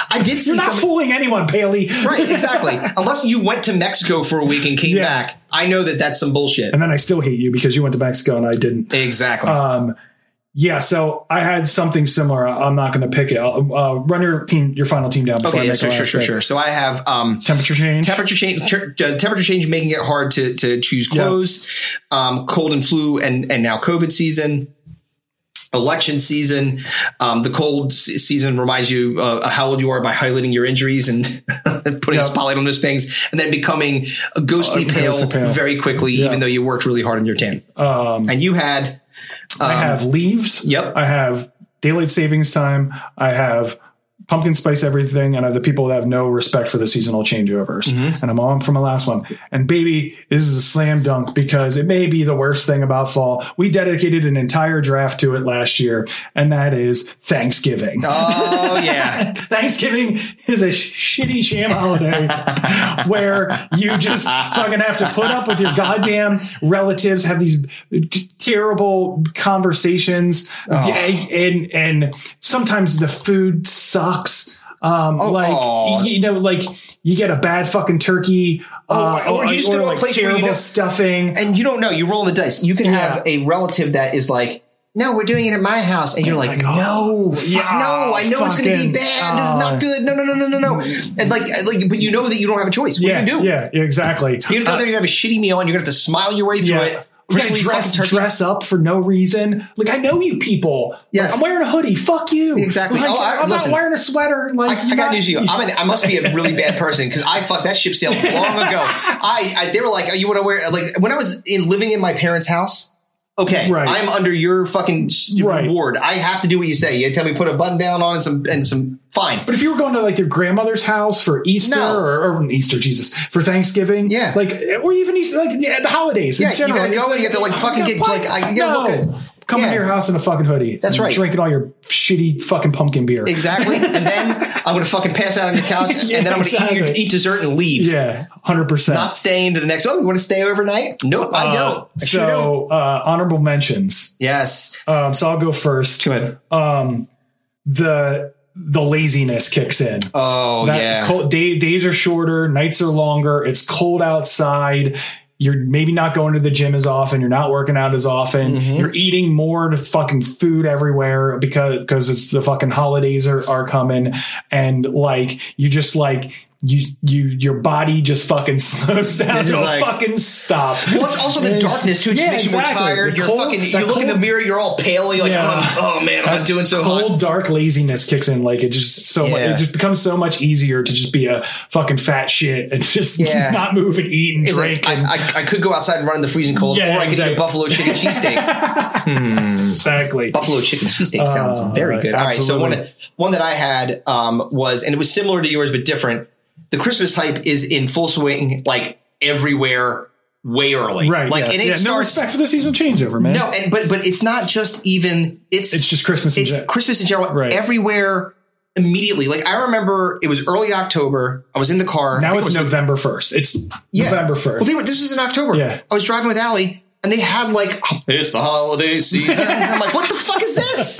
S1: I did see
S2: You're not
S1: some-
S2: fooling anyone, Paley.
S1: Right, exactly. Unless you went to Mexico for a week and came
S2: Yeah.
S1: back. I know that that's some bullshit.
S2: and then I still hate you because you went to Mexico and I didn't.
S1: Exactly.
S2: Um, yeah, so I had something similar. I- I'm not going to pick it. I'll, uh, run your team, your final team down. before I
S1: okay, yeah,
S2: make
S1: sure,
S2: the
S1: sure,
S2: last
S1: sure,
S2: pick.
S1: sure. So I have um,
S2: Temperature change.
S1: temperature change ter- uh, temperature change making it hard to to choose
S2: Yeah.
S1: clothes um cold and flu and and now covid season election season um the cold se- season reminds you uh, how old you are by highlighting your injuries and putting
S2: Yeah.
S1: a spotlight on those things and then becoming ghostly,
S2: Uh,
S1: pale,
S2: ghostly pale.
S1: very quickly
S2: Yeah.
S1: even though you worked really hard on your tan
S2: Um,
S1: and you had
S2: I have leaves.
S1: um, Yep.
S2: I have daylight savings time. I have pumpkin spice everything, and I have the people that have no respect for the seasonal changeovers.
S1: Mm-hmm.
S2: And I'm on for my last one. And baby, this is a slam dunk because it may be the worst thing about fall. We dedicated an entire draft to it last year, and that is Thanksgiving.
S1: oh yeah
S2: Thanksgiving is a sh- shitty sham holiday where you just fucking have to put up with your goddamn relatives, have these t- terrible conversations,
S1: Oh.
S2: yeah, and and sometimes the food sucks. Um,
S1: Oh,
S2: like
S1: aw.
S2: you know, like you get a bad fucking turkey, uh,
S1: or- or Oh, you just go to a place where you
S2: terrible
S1: don't-
S2: stuffing.
S1: and you don't know you roll the dice you can have a relative that is like no, we're doing it at my house, and you're like, no, fuck,
S2: Oh yeah,
S1: no, I know it's going to
S2: fucking,
S1: be bad. this is
S2: uh,
S1: not good. No, no, no, no, no, no. And like, uh, like, but you know that you don't have a choice. What
S2: yeah,
S1: do you do?
S2: yeah, Uh, yeah, exactly.
S1: You know that you have a shitty meal, and you're going to have to smile your way through it.
S2: We gotta
S1: Really
S2: dress,
S1: fucking turkey.
S2: dress up for no reason. Like I know you people.
S1: Yes.
S2: Like, I'm wearing a hoodie. Fuck you.
S1: Exactly.
S2: Like,
S1: Oh, I-
S2: I'm
S1: listen.
S2: not wearing a sweater. Like
S1: I, I got news for you. I'm an, I must be a really bad person because I fucked that ship sailed long ago. I, I they were like, "Oh, you want to wear like when I was in living in my parents' house." Okay,
S2: Right.
S1: I'm under your fucking s-
S2: Right.
S1: ward. I have to do what you say. You tell me put a button down on and some and some fine.
S2: But if you were going to like your grandmother's house for Easter
S1: No.
S2: or, or Easter, Jesus, for Thanksgiving,
S1: Yeah.
S2: like or even Easter, like yeah, the holidays
S1: Yeah,
S2: in
S1: you
S2: general,
S1: gotta
S2: it's
S1: go and you have to, like, fucking get,
S2: what?
S1: like, I- you gotta
S2: no.
S1: look
S2: come
S1: yeah.
S2: into your house in a fucking hoodie.
S1: That's
S2: and
S1: right.
S2: Drinking all your shitty fucking pumpkin beer.
S1: Exactly. and then I'm going to fucking pass out on your couch and then I'm going to eat, your-
S2: exactly.
S1: eat dessert and leave.
S2: Yeah, hundred percent.
S1: Not staying to the next. Oh, you want to stay overnight? Nope, I don't. I sure don't.
S2: Uh, so uh, honorable mentions.
S1: Yes.
S2: Um, so I'll go first.
S1: Go ahead.
S2: The the laziness kicks in.
S1: Oh,
S2: that
S1: yeah.
S2: cold, day, days are shorter, nights are longer. It's cold outside. You're maybe not going to the gym as often. You're not working out as often.
S1: Mm-hmm.
S2: You're eating more fucking food everywhere because because it's the fucking holidays are are coming, and like you just like you you your body just fucking slows down
S1: It's
S2: to
S1: just
S2: a
S1: like-
S2: fucking stop.
S1: Well, it's also the
S2: It's-
S1: darkness too. It just
S2: yeah,
S1: makes you
S2: exactly.
S1: more tired.
S2: The
S1: You're
S2: cold-
S1: fucking. You
S2: that
S1: look in the
S2: cold-
S1: mirrw. You're all pale. You're like,
S2: Yeah.
S1: oh, I'm- oh, man, I'm not doing so hot.
S2: cold dark laziness kicks in like it just so mu-
S1: Yeah.
S2: it just becomes so much easier to just be a fucking fat shit and just
S1: Yeah.
S2: not move and eat and
S1: It's
S2: drink
S1: like, I,
S2: and
S1: I, I could go outside and run in the freezing cold,
S2: Yeah,
S1: or I could eat
S2: exactly.
S1: a buffalo chicken cheesesteak.
S2: exactly
S1: buffalo chicken cheesesteak sounds
S2: Uh,
S1: very good. All right, so one
S2: absolutely.
S1: one that I had um, was, and it was similar to yours but different. The Christmas hype is in full swing, like everywhere, way early.
S2: right
S1: like
S2: yeah.
S1: and it
S2: Yeah, no
S1: starts.
S2: respect for the season changeover man
S1: No, and but but it's not just even it's
S2: it's just Christmas in
S1: it's
S2: gen-
S1: Christmas in general
S2: Right.
S1: everywhere immediately. Like I remember it was early October. I was in the car. I
S2: now
S1: think
S2: it's
S1: it was,
S2: November first it's
S1: Yeah.
S2: November first
S1: Well, they were, this was in October.
S2: Yeah.
S1: I was driving with Allie and they had like, "Oh, it's the holiday season. I'm like, what the fuck is this?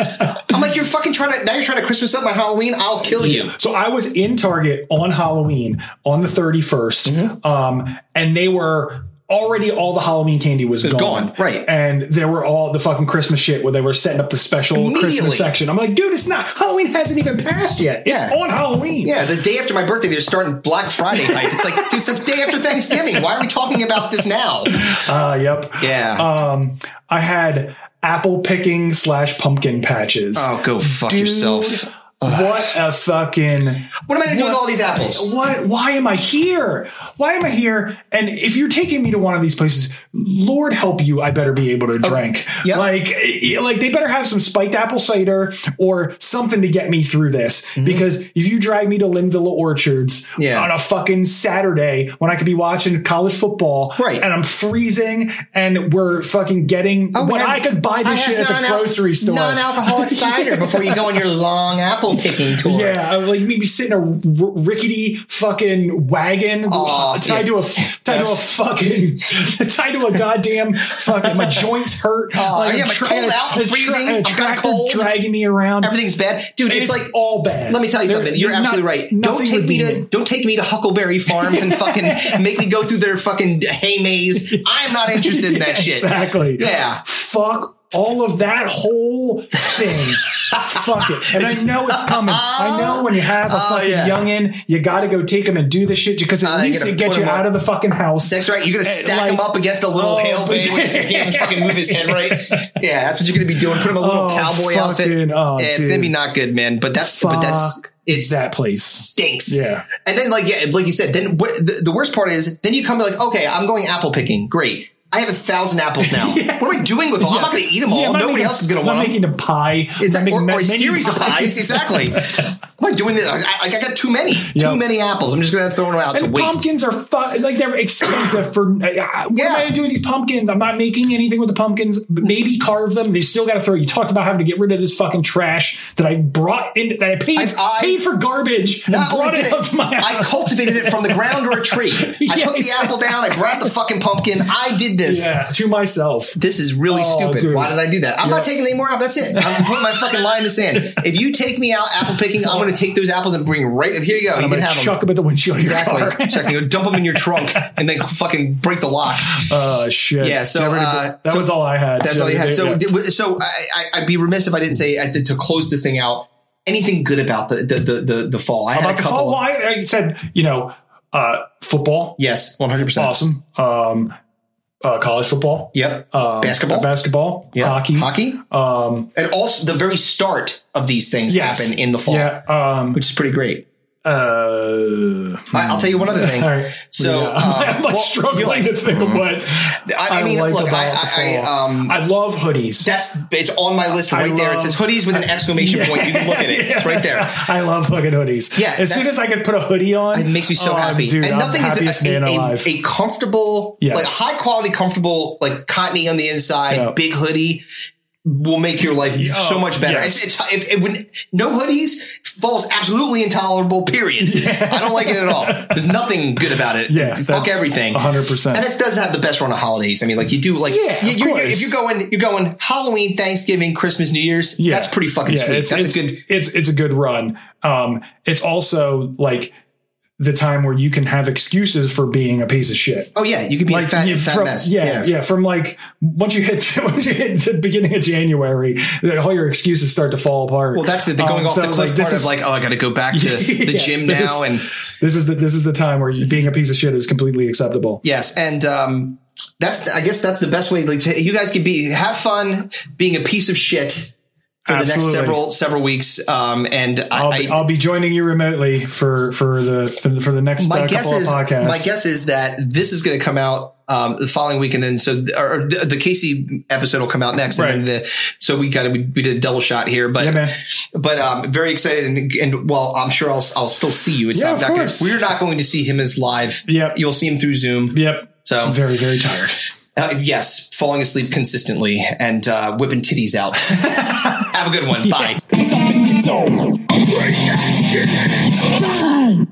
S1: I'm like, you're fucking trying to, now you're trying to Christmas up my Halloween. I'll kill you.
S2: So I was in Target on Halloween on the 31st,
S1: Mm-hmm.
S2: um, and they were already all the Halloween candy was gone,
S1: gone, right.
S2: And there were all the fucking Christmas shit where they were setting up the special
S1: Immediately.
S2: Christmas section. I'm like, dude, it's not Halloween hasn't even passed yet. It's
S1: Yeah.
S2: on Halloween.
S1: Yeah, the day after my birthday, they're starting Black Friday hype. It's like, dude, it's the day after Thanksgiving. Why are we talking about this now?
S2: Uh, yep.
S1: Yeah.
S2: Um, I had apple picking slash pumpkin patches.
S1: oh, go fuck
S2: Dude,
S1: yourself.
S2: What a fucking
S1: What am I going to do with all these apples?
S2: What? Why am I here? Why am I here? And if you're taking me to one of these places, Lord help you, I better be able to drink.
S1: Yep.
S2: Like, eh, like they better have some spiked apple cider or something to get me through this. Because if you drive me to Lynn Villa Orchards
S1: Mm-hmm. Yeah.
S2: on a fucking Saturday when I could be watching college football,
S1: Right.
S2: and I'm freezing, and we're fucking getting
S1: Oh,
S2: what
S1: and
S2: I could buy
S1: I
S2: this shit
S1: have
S2: at the
S1: non-al-
S2: grocery store.
S1: Non-alcoholic cider before you go on your long apple picking tour.
S2: Yeah, I'm like maybe sit in a r- rickety fucking wagon
S1: Aw,
S2: tied to a tied to a
S1: Yes.
S2: fucking tied to a goddamn fucking my joints hurt.
S1: Aw, yeah, my cold out,
S2: a
S1: freezing,
S2: a
S1: I'm kinda
S2: tractor
S1: cold.
S2: dragging me around.
S1: Everything's bad, dude. It's,
S2: It's
S1: like
S2: all bad.
S1: Let me tell you
S2: There-
S1: something. You're
S2: not-
S1: absolutely right. Don't
S2: nothing
S1: take me to
S2: redeeming.
S1: don't take me to Huckleberry Farms and fucking make me go through their fucking hay maze. I'm not interested in that shit.
S2: Exactly.
S1: Yeah.
S2: Fuck all of that whole thing. Fuck it. And I know it's coming. I know when you have a
S1: Oh,
S2: fucking
S1: yeah.
S2: youngin, you got to go take him and do this shit because at
S1: Uh, you
S2: least
S1: gotta
S2: it
S1: put
S2: gets you
S1: him on-
S2: out of the fucking house.
S1: That's right. You're gonna
S2: Hey,
S1: stack
S2: like-
S1: him up against a little
S2: Oh,
S1: hail
S2: but-
S1: bay where he can't fucking move his head right. Yeah, that's what you're gonna be doing. Put him in a little
S2: Oh,
S1: cowboy
S2: fucking-
S1: outfit.
S2: oh,
S1: yeah, it's
S2: dude.
S1: gonna be not good, man. But that's but that's
S2: Fuck
S1: it's
S2: that place.
S1: stinks.
S2: Yeah.
S1: And then like yeah, like you said, then what the, the worst part is then you come like, okay, I'm going apple picking. Great. I have a thousand apples now. What am I doing with all? I'm not going to eat them all.
S2: Yeah, I'm not
S1: Nobody
S2: making-
S1: else is going
S2: I'm
S1: to want
S2: not
S1: them.
S2: making a pie.
S1: Is
S2: I'm
S1: that,
S2: making
S1: or,
S2: ma-
S1: or a
S2: many
S1: series of pies? Exactly. I'm doing this. I, I, I got too many,
S2: Yeah.
S1: too many apples. I'm just gonna throw them out. It's a
S2: And
S1: waste.
S2: pumpkins are fu- like they're expensive for. Uh, uh, what am I
S1: Yeah.
S2: gonna do with these pumpkins? I'm not making anything with the pumpkins. But Maybe carve them. They still got to throw. You talked about having to get rid of this fucking trash that I brought in. That I paid
S1: I- I-
S2: paid for garbage and
S1: Not
S2: brought
S1: only did
S2: it up to my
S1: I
S2: house.
S1: cultivated it from the ground or a tree. I
S2: Yeah,
S1: took the
S2: exactly.
S1: apple down. I brought the fucking pumpkin. I did this.
S2: yeah, to myself.
S1: This is really
S2: Oh,
S1: stupid.
S2: dude.
S1: Why did I do that? I'm
S2: Yeah.
S1: not taking any more out. That's it. I'm putting my fucking line in the sand. If you take me out apple picking, I'm going to take those apples and bring right here. You go.
S2: I'm
S1: you can
S2: gonna
S1: have
S2: chuck
S1: them.
S2: them at the windshield of your
S1: Exactly.
S2: car.
S1: Check. You dump them in your trunk and then fucking break the lock.
S2: Uh, shit.
S1: Yeah, so,
S2: Everybody-
S1: uh,
S2: that
S1: so-
S2: was all I had.
S1: That's all you had. So,
S2: Yeah.
S1: did- so I, I, I'd be remiss if I didn't say I did, to close this thing out. Anything good about the the the, the, the fall? I had
S2: about
S1: a
S2: the fall,
S1: couple.
S2: well, I, I said you know uh, football.
S1: yes, one hundred percent.
S2: awesome. Um, uh, college football,
S1: Yep.
S2: um,
S1: Basketball?
S2: basketball,
S1: Yeah.
S2: hockey,
S1: hockey,
S2: Um,
S1: and also the very start of these things
S2: Yes.
S1: happen in the fall,
S2: yeah. Um,
S1: which is pretty great.
S2: uh,
S1: I, I'll tell you one other thing.
S2: all right.
S1: So,
S2: Yeah.
S1: uh,
S2: I'm like
S1: well,
S2: struggling
S1: you're like,
S2: to think of what
S1: I, I mean,
S2: like
S1: look, I,
S2: about the
S1: I, I
S2: fall.
S1: um,
S2: I love hoodies.
S1: that's it's on my list right
S2: I
S1: there. It says
S2: love-
S1: hoodies with an exclamation point. You can look at it. it's right there.
S2: that's- I love fucking hoodies.
S1: Yeah,
S2: as soon
S1: that's-
S2: as I can put a hoodie on,
S1: It makes me so
S2: oh,
S1: happy.
S2: Dude,
S1: and
S2: I'm
S1: nothing
S2: happiest
S1: is a,
S2: man
S1: a,
S2: alive.
S1: a, a comfortable,
S2: Yes.
S1: like high quality, comfortable, like cottony on the inside,
S2: Yeah.
S1: big hoodie will make your life
S2: Yeah,
S1: so much better.
S2: yeah.
S1: It's, it's if, it when no hoodies falls absolutely intolerable. Period. I don't like it at all. There's nothing good about it.
S2: Yeah,
S1: fuck
S2: that's
S1: everything.
S2: 100%.
S1: And it does have the best run of holidays. I mean, like you do, like
S2: Yeah,
S1: you,
S2: of
S1: you- you-
S2: course.
S1: if you're going, you're going Halloween, Thanksgiving, Christmas, New Year's.
S2: Yeah.
S1: that's pretty fucking
S2: Yeah,
S1: sweet.
S2: It's,
S1: that's
S2: it's,
S1: a good.
S2: It's it's a good run. Um, it's also like the time where you can have excuses for being a piece of shit.
S1: Oh yeah, you could be a fat,
S2: you-
S1: fat
S2: from,
S1: mess.
S2: Yeah, yeah, From like once you hit once you hit the beginning of January, all your excuses start to fall apart.
S1: Well, that's it. The going
S2: Um,
S1: off
S2: so,
S1: the cliff
S2: this
S1: part
S2: is-
S1: of like, oh, I got to go back to the
S2: Yeah,
S1: gym
S2: this-
S1: now, and
S2: this is the this is the time where you, being a piece of shit is completely acceptable.
S1: yes, and um, that's I guess that's the best way. Like, to, you guys could be have fun being a piece of shit for the next
S2: Absolutely.
S1: several several weeks. Um, and
S2: I'll,
S1: I,
S2: be,
S1: I
S2: I'll be joining you remotely for for the for the, for the next
S1: my
S2: uh,
S1: guess
S2: couple
S1: is
S2: of podcasts.
S1: my guess is that this is going to come out um, the following week, and then so th- or, or the, the Casey episode will come out next,
S2: Right.
S1: and then the so we got we, we did a double shot here, but
S2: Yeah, man.
S1: but um, very excited and, and well, I'm sure I'll I'll still see you. It's
S2: Yeah,
S1: not,
S2: of
S1: not gonna,
S2: course.
S1: we're not going to see him as live.
S2: Yep.
S1: you'll see him through Zoom.
S2: Yep.
S1: So
S2: I'm very very tired.
S1: Uh, yes, falling asleep consistently and uh, whipping titties out. Have a good one. Bye.
S9: Time.